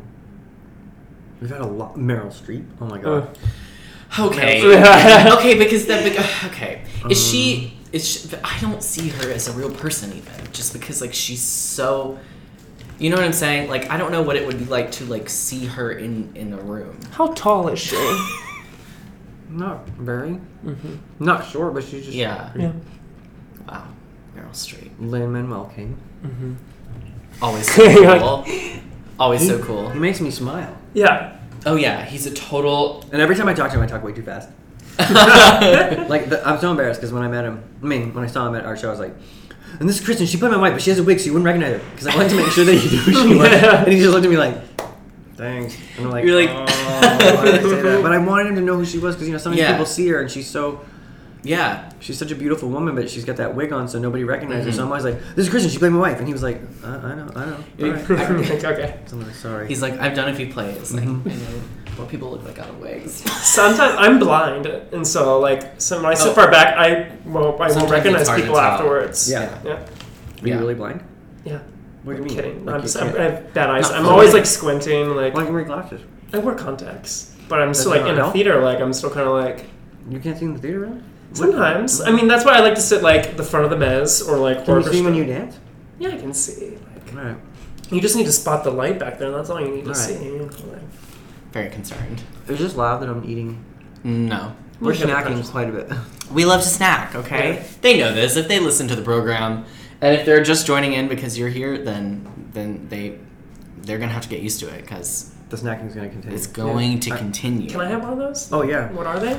We've had a lot. Meryl Streep. Oh my god. Uh, Okay. (laughs) okay, because that. bec- (sighs) Okay, is she? Is she, I don't see her as a real person even, just because like she's so. You know what I'm saying? Like I don't know what it would be like to like see her in in a room. (laughs) How tall is she? Not very. Not short, but she's just. Yeah. Mm-hmm. yeah. Wow. Meryl Streep, Lin Manuel King. always (laughs) so cool. Always so cool. He makes me smile. Yeah. Oh yeah, he's a total. (laughs) And every time I talk to him, I talk way too fast. like the, I'm so embarrassed because when I met him, I mean when I saw him at our show, I was like, "And this is Kristen. She played my wife, but she has a wig, so you wouldn't recognize her." Because I wanted to make sure that he knew who she was. And he just looked at me like, "Thanks." And I'm like, You're like- "Oh, why did I say that?" But I wanted him to know who she was because you know so many Yeah. people see her and she's so Yeah. she's such a beautiful woman, but she's got that wig on, so nobody recognizes her. So I'm always like, "This is Kristen. She played my wife," and he was like, "I, I know, I know." All right. Like, okay. So I'm like, "Sorry." He's like I've done a few plays. Like I know what people look like out of wigs. Sometimes I'm blind, and so like, so when I sit Oh. far back, I won't, I won't Sometimes it's recognize hard to people tell. afterwards. yeah. Yeah. Are you Yeah. really blind? Yeah. What do you I'm mean? kidding. Like, I'm you just, can't- I'm, I have bad eyes. Not I'm fully. always like squinting. Like Why don't you wear glasses? I wear contacts, but I'm still That's like not in a help. theater. Like I'm still kind of like You can't see in the theater, really? sometimes. I mean, that's why I like to sit like the front of the mezz or like Can you orchestra. see when you dance? Yeah, I can see. Like, All right. you just need to spot the light back there. and That's all you need to All right. see. Like, (laughs) Very concerned. It's just loud that I'm eating. No. We're should have snacking breakfast. quite a (laughs) bit. We love to snack, okay? Yeah. They know this if they listen to the program. And if they're just joining in because you're here, then then they they're gonna have to get used to it because The snacking's gonna continue. it's going to continue. Can I have one of those? Oh yeah, What are they?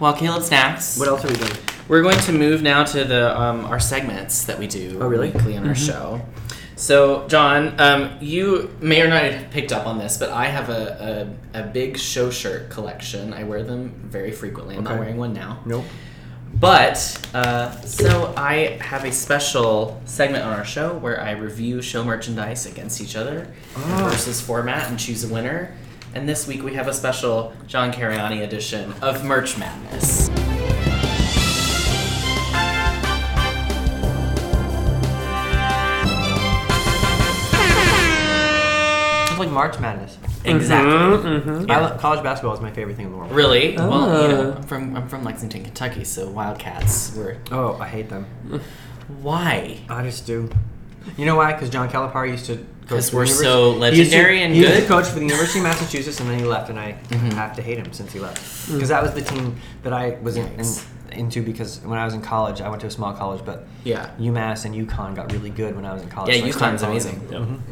while Caleb snacks, What else are we doing? we're going to move now to the um, our segments that we do Oh, really? weekly on our show. So, John, um, you may or not have picked up on this, but I have a, a, a big show shirt collection. I wear them very frequently. I'm not Okay. wearing one now. Nope. But, uh, so I have a special segment on our show where I review show merchandise against each other Ah. in versus format and choose a winner. And this week we have a special John Cariani edition of Merch Madness. Mm-hmm, It's like March Madness. Exactly. I lo- college basketball is my favorite thing in the world. Really? Well, you know, Ah. I'm from, I'm from Lexington, Kentucky, so Wildcats were. Oh, I hate them. Why? I just do. You know why? Because John Calipari used to. coach 'Cause for the we're university- so he used to- legendary and he used good? Mm-hmm. to coach for the University of Massachusetts, and then he left, and I have to hate him since he left. Mm. Because that was the team that I was in, in, Yikes. into. Because when I was in college, I went to a small college, but Yeah. UMass and UConn got really good when I was in college. Yeah, so I started UConn's following amazing. them.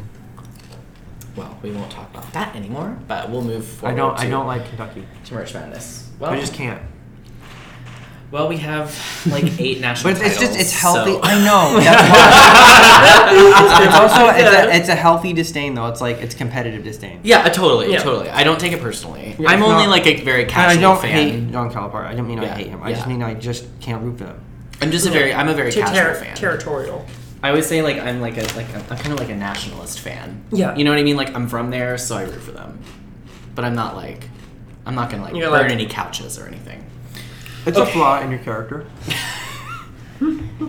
Well, we won't talk about that anymore, but we'll move I forward. Oh. don't. To, I don't like Kentucky. to Merch Madness. Well, I just can't. Well, we have (laughs) like eight national But it's titles, just it's healthy. so- (laughs) I know. That's why. it's, it's also it's a, it's a healthy disdain though. It's like it's competitive disdain. Yeah, uh, totally, Yeah. totally. I don't take it personally. Yeah, I'm it's only not- like a very And casual I don't fan. hate John Calipari. I don't mean Yeah, I hate him. I just yeah. mean I just can't root for him. I'm just a very, I'm a very Ter- casual ter- fan. territorial. I always say like I'm like a like a, I'm kind of like a nationalist fan. Yeah. You know what I mean? Like I'm from there, so I root for them. But I'm not like, I'm not gonna like You're burn like- any couches or anything. It's a flaw in your character.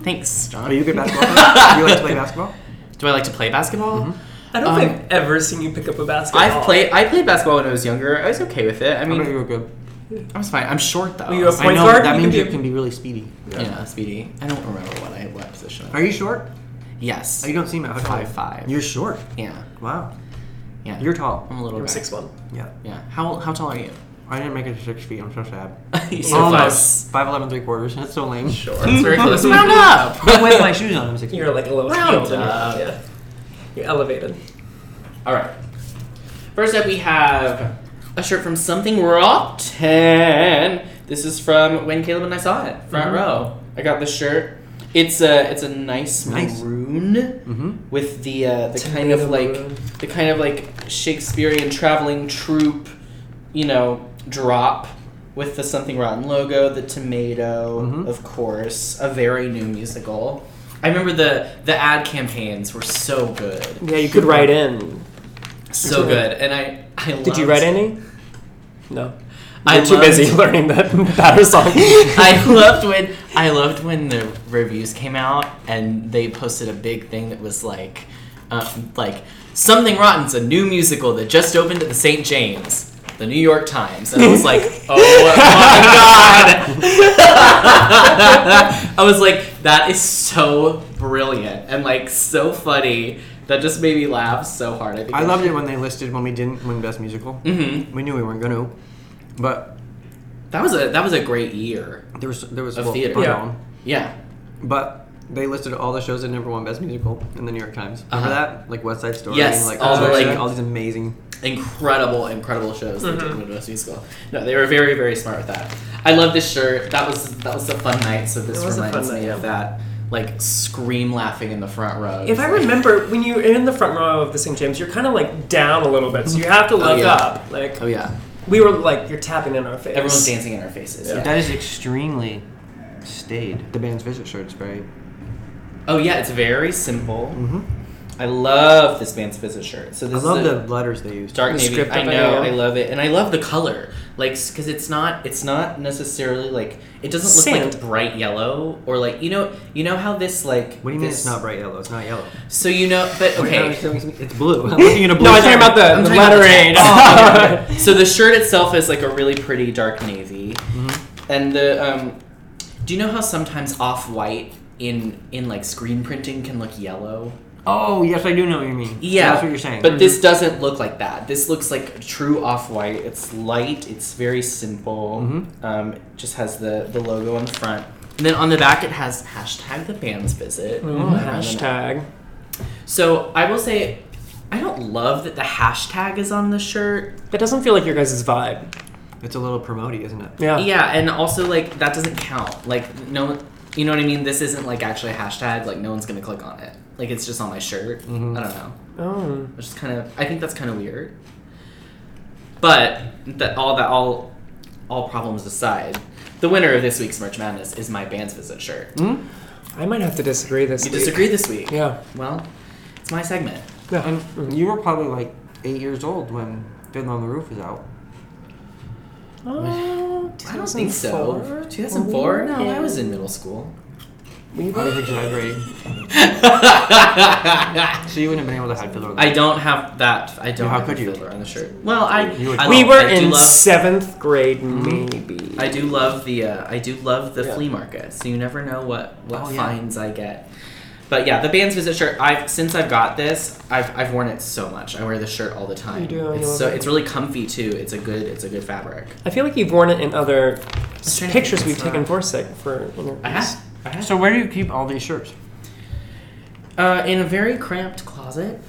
Thanks, John. Are (laughs) you a good basketball player? Do you like to play (laughs) basketball? Do I like to play basketball? Mm-hmm. I don't Um, think I've ever seen you pick up a basketball. I've played. I played basketball when I was younger. I was okay with it. I I mean, bet you were good. I was fine. I'm short though. Were you a I point know. guard? That You means can you be- can be really speedy. Yeah, speedy. I don't remember what I what position. I Are you short? Yes. Oh, you don't seem that. Five five. You're short. yeah. Wow. Yeah. You're tall. I'm a little. I'm guy. six one. Yeah. Yeah. How how tall are you? I didn't make it to six feet. I'm so sad. (laughs) You're Almost five eleven three quarters. That's so lame. Sure. That's (laughs) very close. Round up. With my shoes on, I'm (laughs) six. feet. You're like a little Round shield in your- up. Yeah. You're elevated. All right. First up, we have a shirt from Something Rotten. This is from when Caleb and I saw it, front row. I got this shirt. It's a it's a nice, Nice. maroon with the uh, the kind of like maroon. the kind of like Shakespearean traveling troupe, you know, drop with the Something Rotten logo, the tomato, of course, a very new musical. I remember the the ad campaigns were so good Yeah, you could write in. so good. And I, I Did you loved- write any? No. I You're too loved- busy learning that (laughs) batter song. (laughs) I loved when I loved when the reviews came out and they posted a big thing that was like, um, like something rotten's a new musical that just opened at the St. James, the New York Times, and I was like, oh my god! (laughs) I was like, that is so brilliant and like so funny. That just made me laugh so hard. I, think (laughs) I loved it when they listed when we didn't win best musical. Mm-hmm. We knew we weren't gonna, but That was a that was a great year. there was there was Of well, theater. Burn Yeah. On. Yeah. But they listed all the shows that never won Best Musical in the New York Times. Uh-huh. Remember that? Like West Side Story. Yes, Like all all, the, the, like- all these amazing. incredible, incredible shows that took Mhm. me to a musical. No, they were very, very smart with that. I love this shirt. That was that was a fun night. So this It was a fun reminds me night, of that, like scream laughing in the front row. If I remember, when you're in the front row of the St. James, you're kind of like down a little bit, so you have to Oh, look yeah. up. Like, oh yeah, we were like, you're tapping in our face. (laughs) Everyone's dancing in our faces, yeah. That is extremely staid. The band's visit shirt's very. Oh yeah, it's very simple. I love this band's visit shirt. So Mm-hmm. Hmm? I this love is a the letters they use. dark The navy. script I of it, know, yeah. I love it, and I love the color, like because it's not it's not necessarily like it doesn't look Sand. like bright yellow or like you know you know how this like what do you mean it's not bright yellow? It's not yellow. So you know, but Wait, okay, no, it's- it's- (laughs) it's blue. I'm looking at a blue no, I'm talking shirt. about the, I'm the talking about the lettering. top. Oh, (laughs) okay, okay. So the shirt itself is like a really pretty dark navy, and the um, do you know how sometimes off white in in like screen printing can look yellow? Oh yes, I do know what you mean. Yeah, Mm-hmm. that's what you're saying. Mm-hmm. But this doesn't look like that. This looks like true off white. It's light. It's very simple. Mm-hmm. Um, it just has the the logo on the front, and then on the back it has hashtag the band's visit. (laughs) Oh, And then- hashtag. So I will say, I don't love that the hashtag is on the shirt. That doesn't feel like your guys' vibe. It's a little promoty, isn't it? Yeah. Yeah, and also like that doesn't count. Like no, you know what I mean. This isn't like actually a hashtag. Like no one's gonna click on it. Like it's just on my shirt. Mhm. I don't know. Oh. Which is kind of. I think that's kind of weird. But that all that all all problems aside, the winner of this week's Merch Madness is my band's visit shirt. Hmm? I might have to disagree this You week. disagree this week? Yeah. Mm. Well, it's my segment. And you were probably like eight years old when Fiddler on the Roof was out. Oh, I don't think so. 2004? 2004? No, Yeah. I was in middle school. We were exaggerating. (laughs) so you wouldn't have been able to hide Fiddler. on the I Roof. don't have that. I don't. How have could a you? fiddler on the shirt? Well, I. You would- I we love- were I do in love- seventh grade, Mhm. maybe. I do love the. Uh, I do love the Yeah. flea market. So you never know what what Oh, yeah. finds I get. But yeah, the band's visit shirt. I've since I've got this, I've, I've worn it so much. I wear this shirt all the time. You do, I It's love so it. it's really comfy too. It's a good it's a good fabric. I feel like you've worn it in other trying to pictures think, we've it's taken not- for sec for interviews. I have. I have. So where do you keep all these shirts? Uh, in a very cramped closet,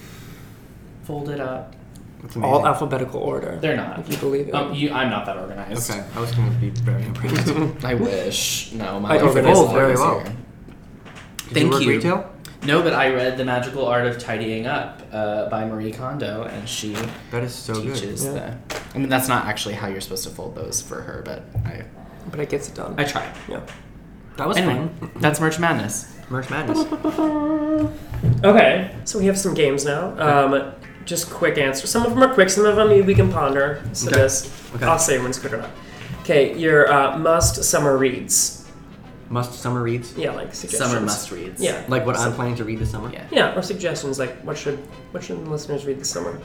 folded up. That's All amazing. alphabetical order. They're not. If you believe it. Um, you, I'm not that organized. okay, I was going to be very (laughs) impressed. Did I wish. No, I my life organize is it very well. easier. Thank you. Work you. retail? No, but I read The Magical Art of Tidying Up uh, by Marie Kondo, and she That is so good. teaches Yeah. the. I mean, that's not actually how you're supposed to fold those for her, but I, but it gets it done. I try. yeah. That was Anyway, that's Merch Madness. fun. Merch Madness. Okay, so we have some games now. Um, just quick answers. Some of them are quick, some of them we can ponder. So Okay. this, Okay. I'll say one's quick or not. Okay, your uh, must summer reads. Must summer reads? Yeah, like suggestions. Summer must reads. Yeah. Like what I'm So- planning to read this summer? Yeah. Yeah, or suggestions like what should what should listeners read this summer?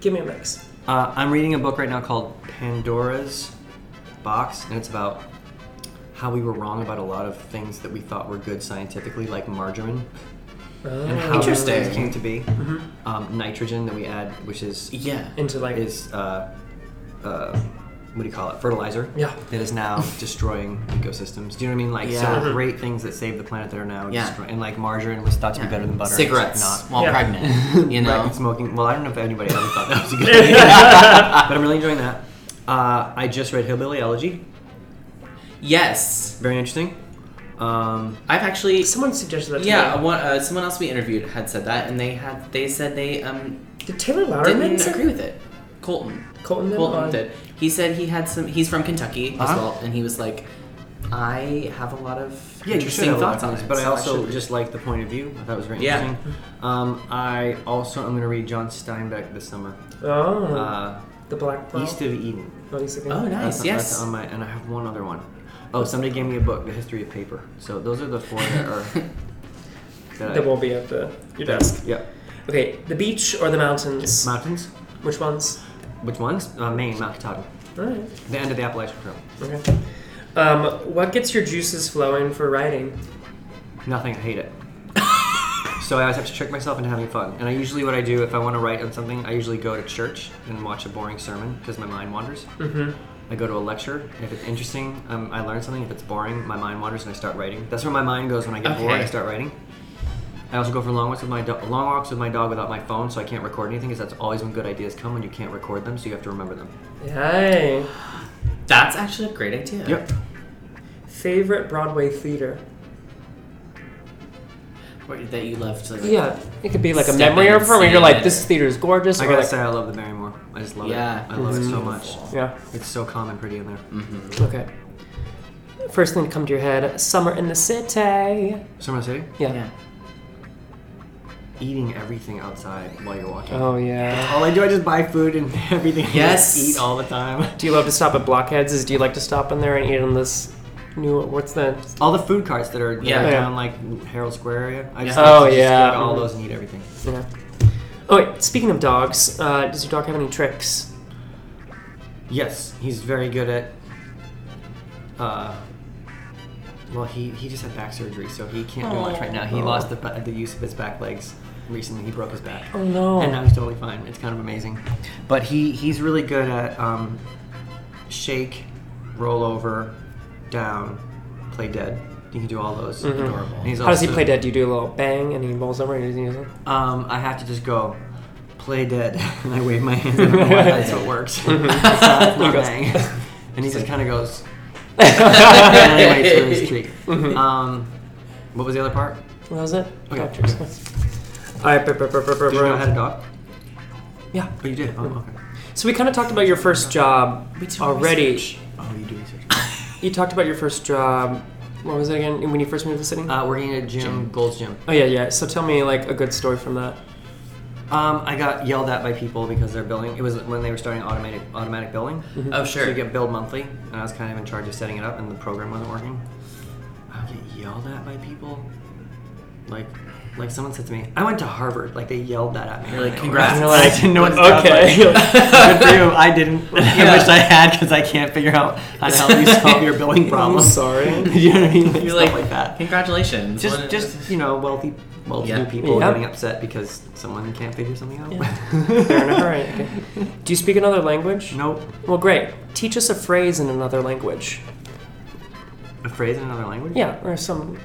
Give me a mix. Uh, I'm reading a book right now called Pandora's Box, and it's about how we were wrong about a lot of things that we thought were good scientifically, like margarine. and how those Interesting. Mm-hmm. things came to be. Um, nitrogen that we add, which is Yeah. Into like is uh, uh, what do you call it? Fertilizer. Yeah. That is (laughs) now destroying ecosystems. Do you know what I mean? Like Yeah. so great things that save the planet that are now Yeah. destroying. And like margarine was thought to be better than butter. Cigarettes It's not. while Yeah. (laughs) pregnant. You know. Right, and smoking. Well, I don't know if anybody ever thought that (laughs) was a good idea, but I'm really enjoying that. Uh, I just read Hillbilly Elegy. Yes, Very interesting. Um, I've actually. Someone suggested that to Yeah, me. one, uh, someone else we interviewed had said that, and they had they said they um Did Taylor Lowerman didn't say- agree with it. Colton. Colton did? Colton Oh. did. He said he had some. He's from Kentucky as Uh-huh. well, and he was like, "I have a lot of yeah, you should interesting have a lot of thoughts on things, it." but I so also should- just like the point of view. I thought it was very Yeah. interesting. Um, I also am going to read John Steinbeck this summer. Oh, Uh, the black Pearl? East of Eden. Oh, East of- Oh, nice. That's- yes. That's on my, and I have one other one. Oh, somebody gave me a book, The History of Paper. So those are the four that (laughs) are. that That won't be at the your desk. Yeah. Okay, the beach or the mountains? Mountains. Which ones? Which ones? Uh, Maine, Mount Katahdin. All right. The end of the Appalachian Trail. Okay. Um, what gets your juices flowing for writing? Nothing. I hate it. (laughs) so I always have to trick myself into having fun. And I usually what I do if I want to write on something, I usually go to church and watch a boring sermon because my mind wanders. Mm-hmm. I go to a lecture. If it's interesting, um, I learn something. If it's boring, my mind wanders and I start writing. That's where my mind goes when I get bored. Okay. I start writing. I I also go for long walks with my do- long walks with my dog without my phone, so I can't record anything. Because that's always when good ideas come when you can't record them, so you have to remember them. Yay. That's actually a great idea. Yep. Favorite Broadway theater? Or That you love to. Like, Yeah, it could be like a step memory in of where and you're see like, it. this theater is gorgeous. I or gotta like- say, I love the Barrymore. I just love Yeah. it. I love it so Mhm. much. Yeah. it's so calm and pretty in there. Mm-hmm. Okay. First thing to come to your head: summer in the city. Yeah. Summer City. Eating everything outside while you're walking. Oh yeah. All I do, I just buy food and (laughs) everything. I just Yes. eat all the time. Do you love to stop at Blockheads? Is do you like to stop in there and eat on this new? What's the? All the food carts that are Yeah. yeah, Yeah. down like Herald Square area. I just Oh like to just yeah. go to all those and eat everything. Yeah. Oh wait. Speaking of dogs, uh, does your dog have any tricks? Yes, he's very good at. Uh, well, he, he just had back surgery, so he can't do much right now. He Oh. lost the, ba- the use of his back legs recently. He broke his back. Oh, no. And now he's totally fine. It's kind of amazing. But he, he's really good at um, shake, roll over, down, play dead. He can do all those. Mhm. Adorable. And he's How does he also- play dead? Do you do a little bang and he rolls over? And he's (laughs) Um, I have to just go play dead, (laughs) and I wave my hands. I don't know why that's what works. (laughs) It's not- it's not Mm-hmm. He goes- bang. and he just kind (laughs) of goes. and then he waits for his treat. Mhm. Um, what was the other part? What was it? Okay. Dog tricks. I did Did you know I had a dog? Yeah. Oh, you did. Oh, okay. So we kind of talked about your first job already. Oh, you do research. You talked about your first job. What was it again? When you first moved to the city? Uh, working at a gym, Gold's Gym. Oh yeah, yeah. So tell me like a good story from that. Um, I got yelled at by people because they're billing. It was when they were starting automatic automatic billing. Mhm. Oh, sure. So you get billed monthly, and I was kind of in charge of setting it up, and the program wasn't working. I would get yelled at by people. Like, like someone said to me, "I went to Harvard." Like they yelled that at me. You're like, They were- "Congrats." And I didn't know what. to (laughs) talk Okay. about. Good for you. I didn't. I wish I had because I can't figure out how to help you solve your billing problem. sorry. (laughs) you know what I mean? Like, You're stuff like, like that. Congratulations. Just, What- just you know, wealthy, wealthy Yeah. people Yeah. getting upset because someone can't figure something out. (laughs) Fair enough. All right. Okay. Do you speak another language? Nope. Well, great. Teach us a phrase in another language. A phrase in another language? Yeah, or some.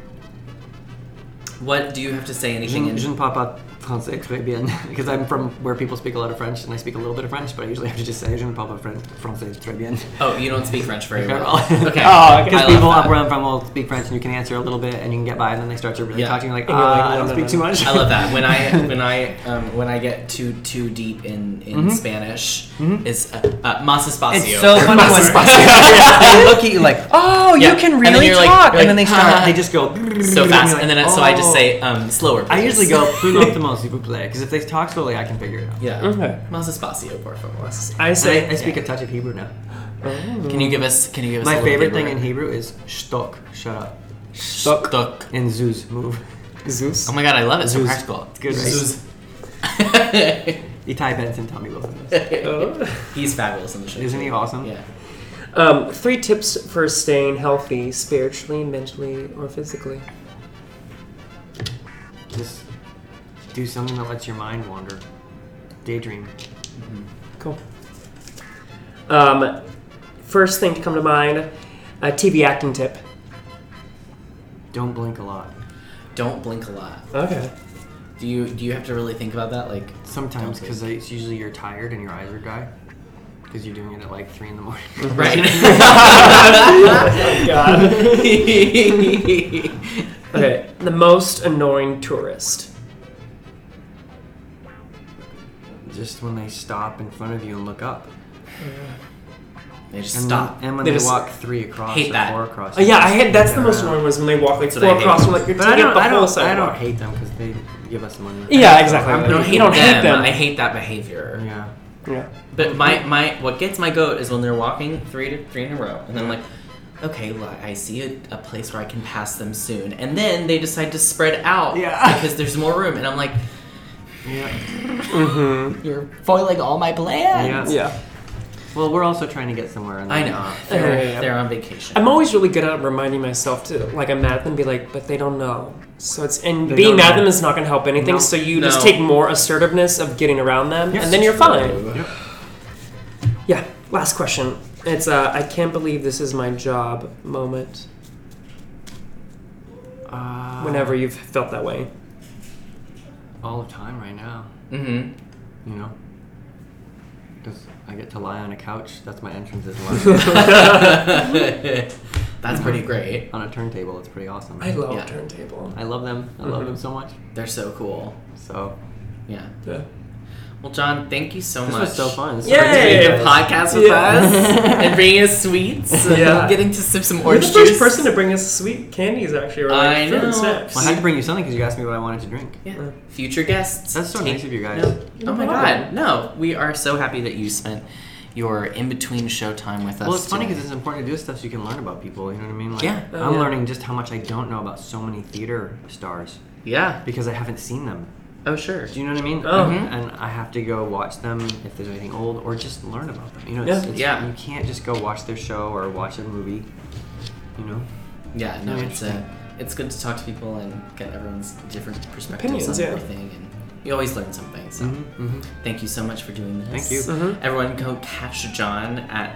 What do you have to say? Anything Je, in je ne parle pas français très bien (laughs) because I'm from where people speak a lot of French and I speak a little bit of French, but I usually have to just say je ne parle pas fran- français très bien. (laughs) Oh, you don't speak French very Okay. well. (laughs) (laughs) Okay. Oh, I because love people that. up (laughs) where I'm from will speak French and you can answer a little bit and you can get by and then they start to really Yeah. talk to you like, uh, And you're like, I no, don't no, speak no, too no. much. I love (laughs) that. When I when I um, when I get too too deep in in Mhm. Spanish, Mhm. it's uh, uh, mas espacio. It's so funny Mas when (laughs) espacio. they look at you like, (laughs) oh, Yeah. you can And then really you're talk, like- you're and then they like, start, "Ah." they just go (laughs) so fast, and then I- so I oh. just say um, slower. I usually please. go (laughs) plus lentement, s'il vous plaît, because if they talk slowly, I can figure it (laughs) out. yeah. Okay. Mas espacio, por favor. I say. I, I speak a touch of Hebrew now. Can you give us? Can you give us? a My little favorite Hebrew? thing in Hebrew is shtok, shut up, Stuck. and zuz, move. Zeus. Oh my god, I love it. So (laughs) Zuz. practical. It's good, right? (laughs) Itai Benson taught me both of those. He's fabulous in the show. Isn't he too. awesome? Yeah. (laughs) Um, three tips for staying healthy, spiritually, mentally, or physically. Just do something that lets your mind wander. Daydream. Cool. Um, first thing to come to mind, a TV acting tip. Don't blink a lot. Don't blink a lot. Okay. Do you do you have to really think about that? Like Sometimes, don't because it's usually you're tired and your eyes are dry. Because you're doing it at like 3 in the morning. Right. (laughs) Oh, (laughs) Okay. The most annoying tourist. Just when they stop in front of you and look up. they just And stop. When, and when They they, just- walk 3 across Hate or that. 4 across. Oh, yeah, I hate hate. That's the most annoying was when they walk like So they four hate across. you. I'm like, you're But I taking up don't, the I whole don't, I sidewalk. don't hate them because they give us money. Yeah, exactly. I don't hate, you don't them. hate them. I hate that behavior. Yeah. yeah. But my my what gets my goat is when they're walking three to three in a row, and then like, okay, well, I see a, a place where I can pass them soon, and then they decide to spread out Yeah. (laughs) because there's more room, and I'm like, Yeah. you're foiling all my plans. Yeah. Yeah. Well, we're also trying to get somewhere. And I they're know not. they're, Yeah, yeah, yeah. they're on vacation. I'm always really good at reminding myself to like I'm mad at them, be like, but they don't know. So it's and They being don't mad at know. them is not going to help anything. No. So you just No. take more assertiveness of getting around them, Yes. and then you're fine. Yep. Yeah. Last question. It's uh, I can't believe this is my job moment. Uh, Whenever you've felt that way. all the time right now. Mhm. You know, because I get to lie on a couch. That's my entrance as well. (laughs) That's pretty great. On a turntable, it's pretty awesome. I love turntable. I love them. I love Mhm. them so much. They're so cool. So, yeah. Yeah. Well, John, thank you so This much. was so fun. This was Yay! great. Doing a podcast with Yeah. (laughs) us and bringing us sweets. and Yeah. Getting to sip some You're the orange first juice. person to bring us sweet candies, actually. Or like I fruit and know. Snacks. Well, I had to bring you something because you asked me what I wanted to drink. Yeah. Future guests. That's so nice of you guys. No. Oh my You're god. welcome. No, we are so happy that you spent your in between show time with us. Well, it's funny today. because it's important to do stuff so you can learn about people. You know what I mean? Like, Yeah. I'm Yeah. learning just how much I don't know about so many theater stars. Yeah. Because I haven't seen them. Oh sure. Do you know what I mean? Oh. Mhm. And I have to go watch them if there's anything old, or just learn about them. You know? It's, Yeah. it's- Yeah. You can't just go watch their show or watch a movie. You know? Yeah, no, Really it's uh, it's good to talk to people and get everyone's different perspectives Opinions, on yeah. everything, and you always learn something. So, mhm. thank you so much for doing this. Thank you. Mhm. Everyone, go catch John at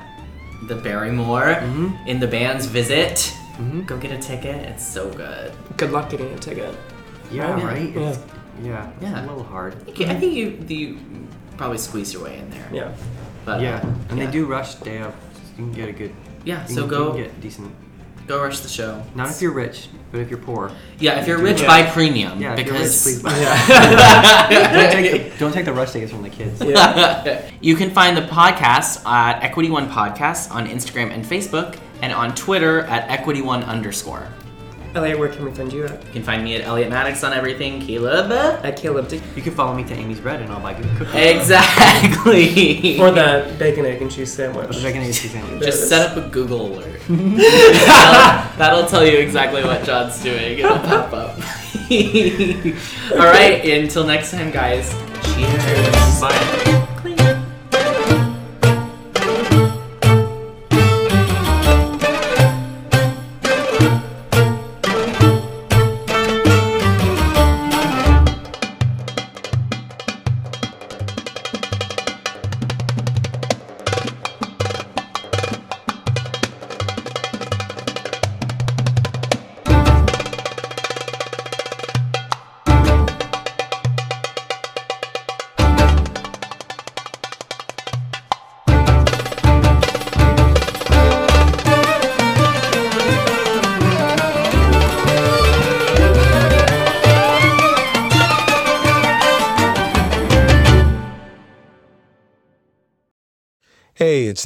the Barrymore Mm-hmm. in the band's visit. Go get a ticket. It's so good. Good luck getting a ticket. Yeah, Yeah. right? Yeah. It's, yeah. it's Yeah. a little hard. I think- I think you you probably squeezed your way in there. Yeah. But, uh, yeah. And yeah. they do rush day up. so You can get a good. Yeah, you so can- go- You can get decent. Go rush the show. Not if you're rich, but if you're poor. Yeah, if you're do rich, it. buy premium, Yeah, if because- you're rich, please buy. Yeah. (laughs) (laughs) don't, take the, don't take the rush tickets from the kids. you can find the podcast at Equity One Podcast on Instagram and Facebook, and on Twitter at Equity One underscore. Elliot, where can we find you at? You can find me at Elliot Maddox on everything. Caleb. At Caleb Dick. You can follow me to Amy's Bread and I'll buy good cookies. Exactly. Or that bacon, egg, and cheese sandwich. The bacon, egg, and cheese sandwich. Just set up a Google alert. that'll, that'll tell you exactly what John's doing. It'll pop up. All right. Until next time, guys. Cheers. Bye. Hey, it's